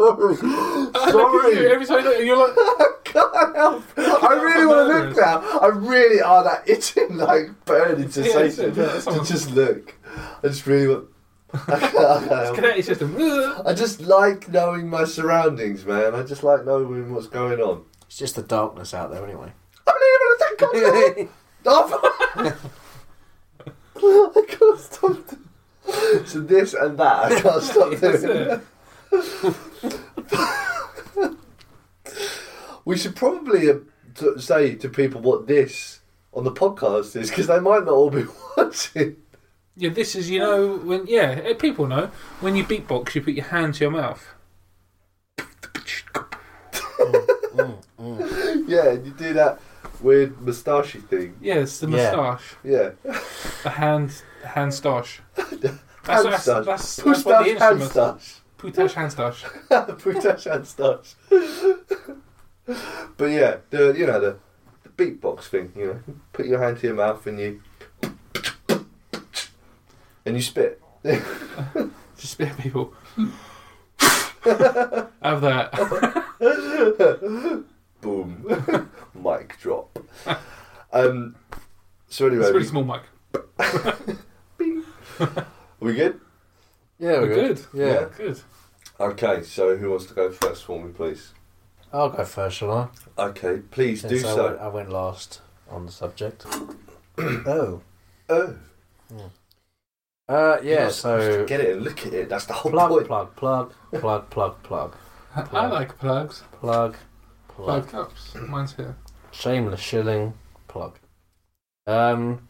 I look at you
Sorry.
every time you look, you're like, "Oh,
can't help. I really want to look now. I really are that itching, like burning sensation
yeah, that's
to
all.
just look. I just really want. I can't, I can't help.
kinetic system. Ugh.
I just like knowing my surroundings, man. I just like knowing what's going on.
It's just the darkness out there, anyway.
I'm not even a tech I can't stop. doing- So this and that, I can't stop
That's
doing.
it.
We should probably uh, t- say to people what this on the podcast is because they might not all be watching.
Yeah, this is, you know, when, yeah, eh, people know. When you beatbox, you put your hand to your mouth.
Yeah, and you do that weird moustachey thing.
Yeah, it's the
Yeah.
moustache.
Yeah,
The hand, hand stash. That's,
Hand
that's,
stash.
that's, that's what the
pushdash hand
instrument
stash,
Putash hand stash.
pushdash hand stash. but yeah, the you know the, the beatbox thing. You know, put your hand to your mouth and you and you spit.
Just spit at people. Have that.
Boom, mic drop. Um. So anyway,
It's a really small mic.
we good?
Yeah,
We're
we're good.
good.
Yeah.
Good.
Okay, so who wants to go first for me, please?
I'll go first, shall I?
Okay, please do
Since I, went,
so.
I went last on the subject. oh.
Oh,
Uh, yeah,
you
so.
get it and look at it. That's the whole
Plug,
point.
plug, plug, plug, plug, plug,
I like plugs.
plug, plug.
Plug cups. Mine's here.
Shameless shilling plug. Um,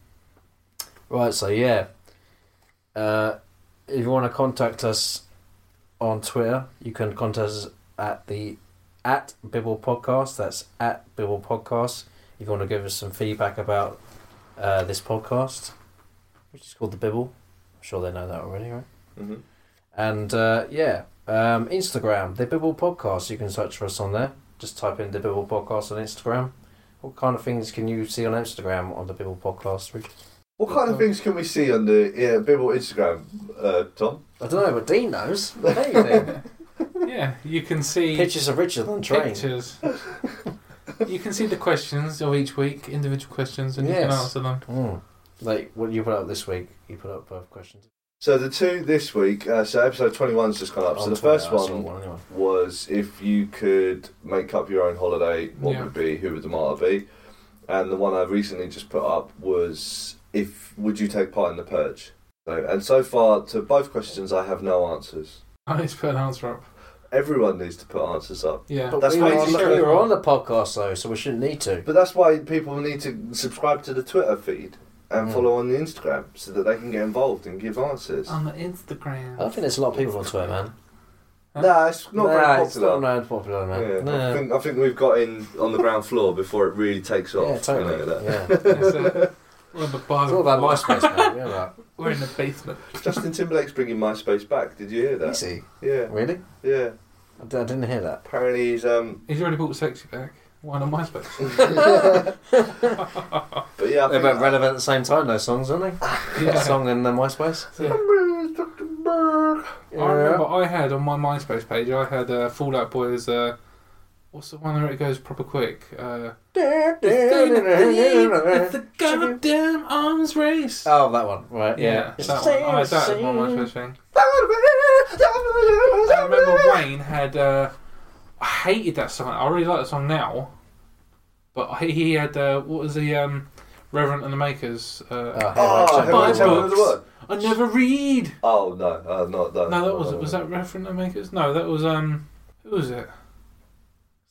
right, so yeah. Uh, if you want to contact us on Twitter, you can contact us at the at Bibble Podcast. That's at Bibble Podcast. If you want to give us some feedback about uh, this podcast, which is called the Bibble, I'm sure they know that already, right?
hmm
And uh, yeah, um, Instagram, the Bibble Podcast. You can search for us on there. Just type in the Bibble Podcast on Instagram. What kind of things can you see on Instagram on the Bibble Podcast? Rich?
What kind of things can we see on the yeah, Bibble Instagram, uh, Tom?
I don't know, but Dean knows. Hey, Dean.
Yeah, you can see.
Pictures of Richard on the train.
Pictures. you can see the questions of each week, individual questions, and you can
Yes.
answer them.
Mm. Like what you put up this week, you put up both questions.
So
So
the two this week, uh, so episode 21's just gone up. so the first one
one anyway.
was if you could make up your own holiday, what
Yeah.
would it be, who would the martyr be? And the one I recently just put up was if would you take part in the purge? So, and so far to both questions, I have no answers.
I need to put an answer up.
Everyone needs to put answers up.
Yeah.
But
That's
we, were on,
basically-
we were on the podcast though, so we shouldn't need to.
But that's why people need to subscribe to the Twitter feed and
Mm.
follow on the Instagram so that they can get involved and give answers.
On the
I
Instagram.
don't think there's a lot of people on Twitter, man.
nah, it's not
nah,
very
it's not
popular.
known popular, man.
Yeah, I,
Nah.
think, I think we've got in on the ground floor before it really takes off.
yeah,
you know,
totally.
that.
Yeah.
It's, uh, we're in the
It's all
bottom.
about MySpace, man. Yeah, right.
We're in the basement.
Justin Timberlake's bringing MySpace back. Did you hear that?
Is he?
Yeah,
Really?
yeah.
I d- I didn't hear that.
Apparently he's um
He's already bought Sexy back. One on MySpace.
But yeah, I
They're
think
both relevant at the same time, those songs, aren't they?
Yeah.
Song and the MySpace.
Yeah. I remember I had on my MySpace page, I had uh, Fallout Boy's. Uh, what's the one where it goes proper quick? Uh, it's the goddamn arms race.
Oh, that one, right?
yeah,
It's
that
the
one. Oh, I had that as
same-
my MySpace thing. I remember Wayne had. Uh, I hated that song. I really like the song now, but he- he had uh, what was the um, Reverend and the Makers? Uh,
Oh,
Oh, Headlight
Headlight Shine.
Shine was the word.
I never read.
Oh no, uh, not that.
No, that was was that Reverend and the Makers? No, that was um, who was it?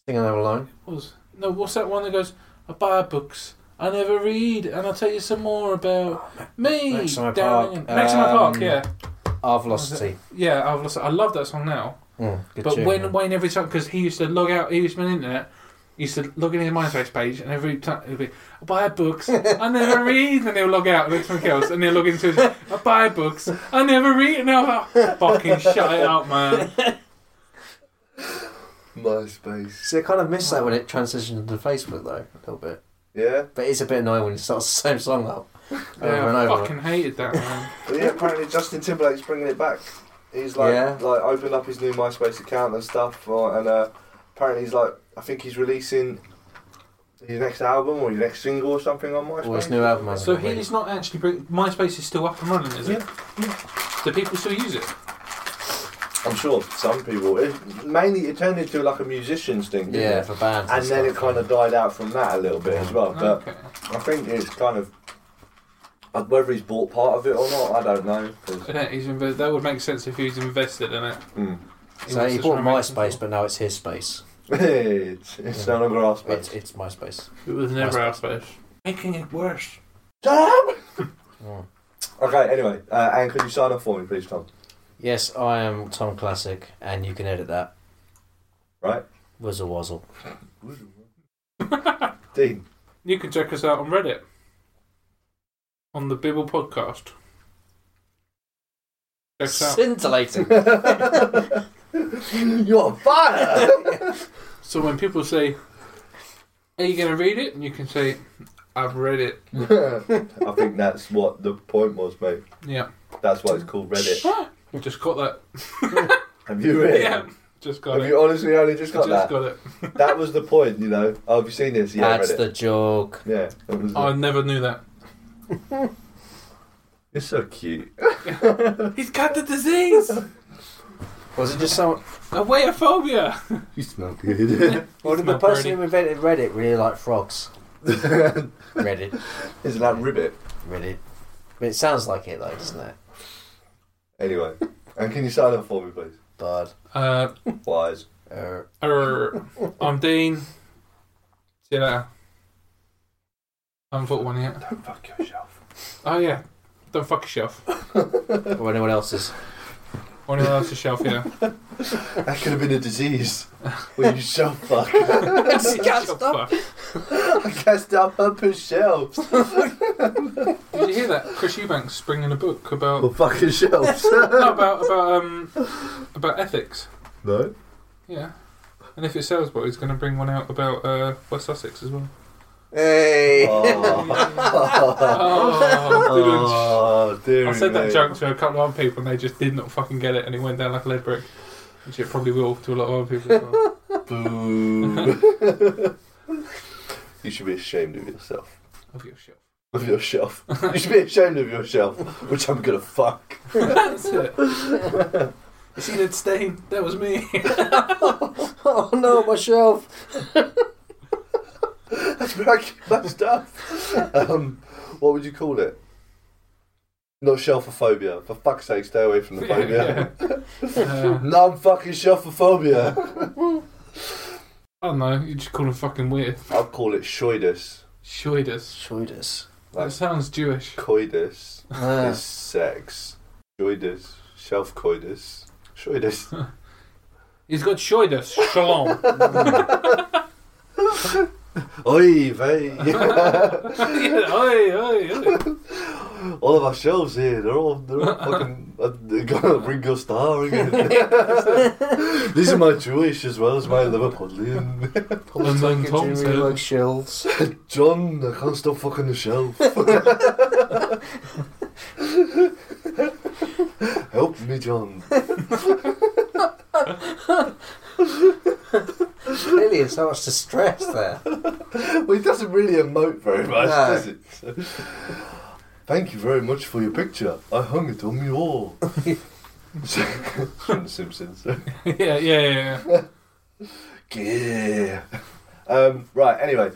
Singing Over Line.
was no what's that one that goes I buy books I never read and I'll tell you some more about me
Maximo Oh, Park.
down in Maximo Park
Um,
yeah
Our Velocity.
yeah I've lost, I love that song now
Mm, good
but
tune,
when
yeah.
Wayne every time because he used to log out he used to be on the internet he used to log in his MySpace page and every time he'd be I buy books I never read and he'll log out and look something else and he'll log into his I buy books I never read and I'll fucking shut it up man
MySpace.
See, I kind of miss that when it transitioned to Facebook, though, a little bit.
Yeah,
But it's a bit annoying when it starts the same song up over
yeah,
and
I
over.
fucking hated that man
but yeah. Apparently Justin Timberlake's bringing it back. He's like,
Yeah.
like opened up his new MySpace account and stuff, uh, and uh, apparently he's like, I think he's releasing his next album or his next single or something on MySpace.
Or his new album. I
so
think.
he's not actually bring, MySpace is still up and running is it
Yeah.
do people still use it
I'm sure some people. It, mainly, it turned into like a musician's thing. didn't
Yeah,
it?
for bands.
And then it
stuff.
kind of died out from that a little bit as well. But
Okay.
I think it's kind of uh, whether he's bought part of it or not, I don't know. 'cause-
Yeah, he's inv- that would make sense if he's invested in it.
Mm.
So he
invested
bought
in it.
MySpace, but now it's his space.
it's it's no longer our
It's,
space.
it's MySpace.
It was never our space. Making it worse.
Mm.
Okay, anyway, uh, and could you sign off for me, please, Tom?
Yes, I am Tom Classic, and you can edit that.
Right.
Wuzzle wazzle.
Dean.
You can check us out on Reddit. On the Bibble podcast. Check us out.
Scintillating.
You're on fire!
So when people say, Are you going to read it? And you can say, I've read it.
I think that's what the point was, mate.
Yeah.
That's why it's called Reddit.
Just got that.
Have you really?
Yeah. Just got
Have
it.
you honestly only just got
Just
that?
got it.
That was the point, you know. Oh, have you seen this? Yeah,
That's
Reddit.
the joke.
Yeah, that was
I
it.
never knew that.
It's so cute.
He's got the disease!
Was it just someone?
Awayophobia!
You smell good.
Or did the
Not
person
Brady.
who invented Reddit really like frogs? Reddit,
Is that ribbit?
Reddit. But it sounds like it though, doesn't it?
Anyway, and can you sign off for me, please?
Bud.
Uh,
Wise.
Er,
er, I'm Dean. See you later. I haven't thought one yet.
Don't fuck yourself.
Oh yeah, don't fuck a shelf.
or anyone else's.
One else a shelf, yeah.
That could have been a disease. Well, you shelf fuck.
Shelf
Disgusting.
fuck.
I cast up up his shelves.
Did you hear that? Chris Eubanks bringing a book about
fuck his shelves.
no, about about um about ethics.
no.
Yeah. And if it sells, well, he's going to bring one out about uh, West Sussex as well.
Hey.
Oh,
Oh, dear.
I said that
me.
joke to a couple of other people, and they just did not fucking get it, and it went down like a lead brick. Which it probably will to a lot of other people. As well.
Boo. you should be ashamed of yourself.
Of your shelf.
Of your shelf. You should be ashamed of your shelf, which I'm gonna fuck.
That's it. You see that stain? That was me.
Oh no, my shelf.
That's where I keep my stuff. Um, what would you call it? Not shelfophobia. For fuck's sake, stay away from the phobia.
Yeah, yeah. Uh,
Non fucking shelfophobia.
I don't know. You just call them fucking weird.
I'll call it shoidus.
Shoidus.
Shoidus.
That sounds Jewish.
Coitus
Ah.
is sex. Shoidus. Shelf coitus. Shoidus.
He's got shoidus. Shalom.
Oi, vey.
yeah, oi, oi, oi.
all of our shelves here, they're all, they're all fucking uh, they got a Ringo Starr. again. These are my Jewish as well as my Liverpudlian.
And then
Fucking
Tom
do
said-
me like shells.
John, I can't stop fucking the shelf. Help me, John.
Clearly, there's so much distress there.
Well, it doesn't really emote very much,
No.
does it? So- Thank you very much for your picture. I hung it on my wall. From The Simpsons.
yeah, yeah, yeah.
Yeah.
yeah.
Um, right. Anyway,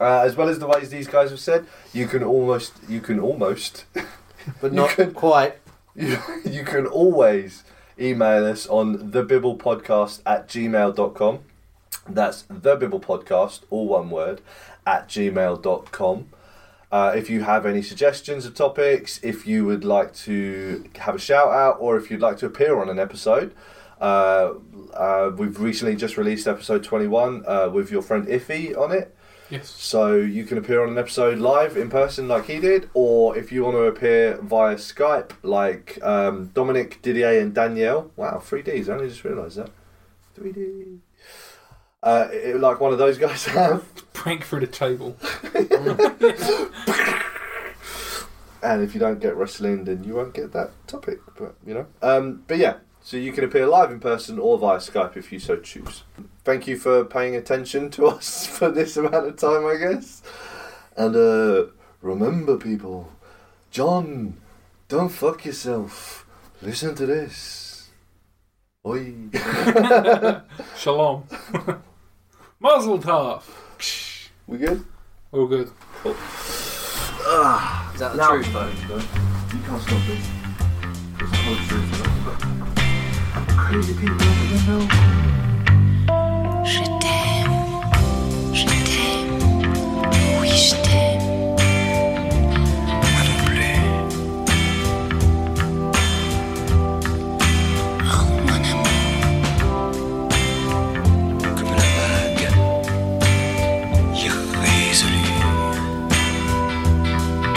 uh, as well as the ways these guys have said, you can almost, you can almost,
But
You
not
could-
quite.
you, you can always email us on thebibblepodcast at gmail.com. That's thebibblepodcast, all one word, at gmail.com. Uh, if you have any suggestions of topics, if you would like to have a shout out, or if you'd like to appear on an episode, uh, uh, we've recently just released episode 21 uh, with your friend Iffy on it.
Yes.
So you can appear on an episode live in person, like he did, or if you want to appear via Skype, like um, Dominic, Didier, and Danielle. Wow, three Ds. I only just realised that. Three D. Uh, it- like one of those guys have,
Break through the table.
Mm.
and if you don't get wrestling, then you won't get that topic. But you know, um, but yeah, so you can appear live in person or via Skype if you so choose. Thank you for paying attention to us for this amount of time, I guess. And uh, remember, people, John, don't fuck yourself. Listen to this. Oi.
Shalom. Mazel tov.
we good?
All good.
Ah, Is that the
Now
truth?
it's burning, though. You can't stop this. It's the whole truth. right? Crazy people up in the hill.
Je t'aime, je t'aime, oui je t'aime. Moi non plus. Oh mon amour, comme la vague irrésolue.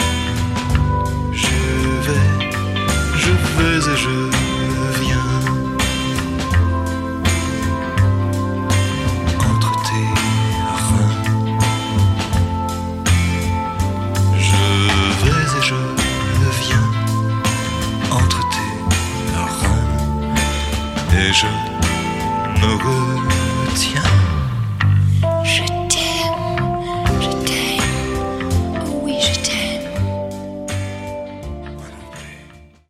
Je vais, je vais et je viens. entre tes reins. Je vais et je viens entre tes reins et je me retiens.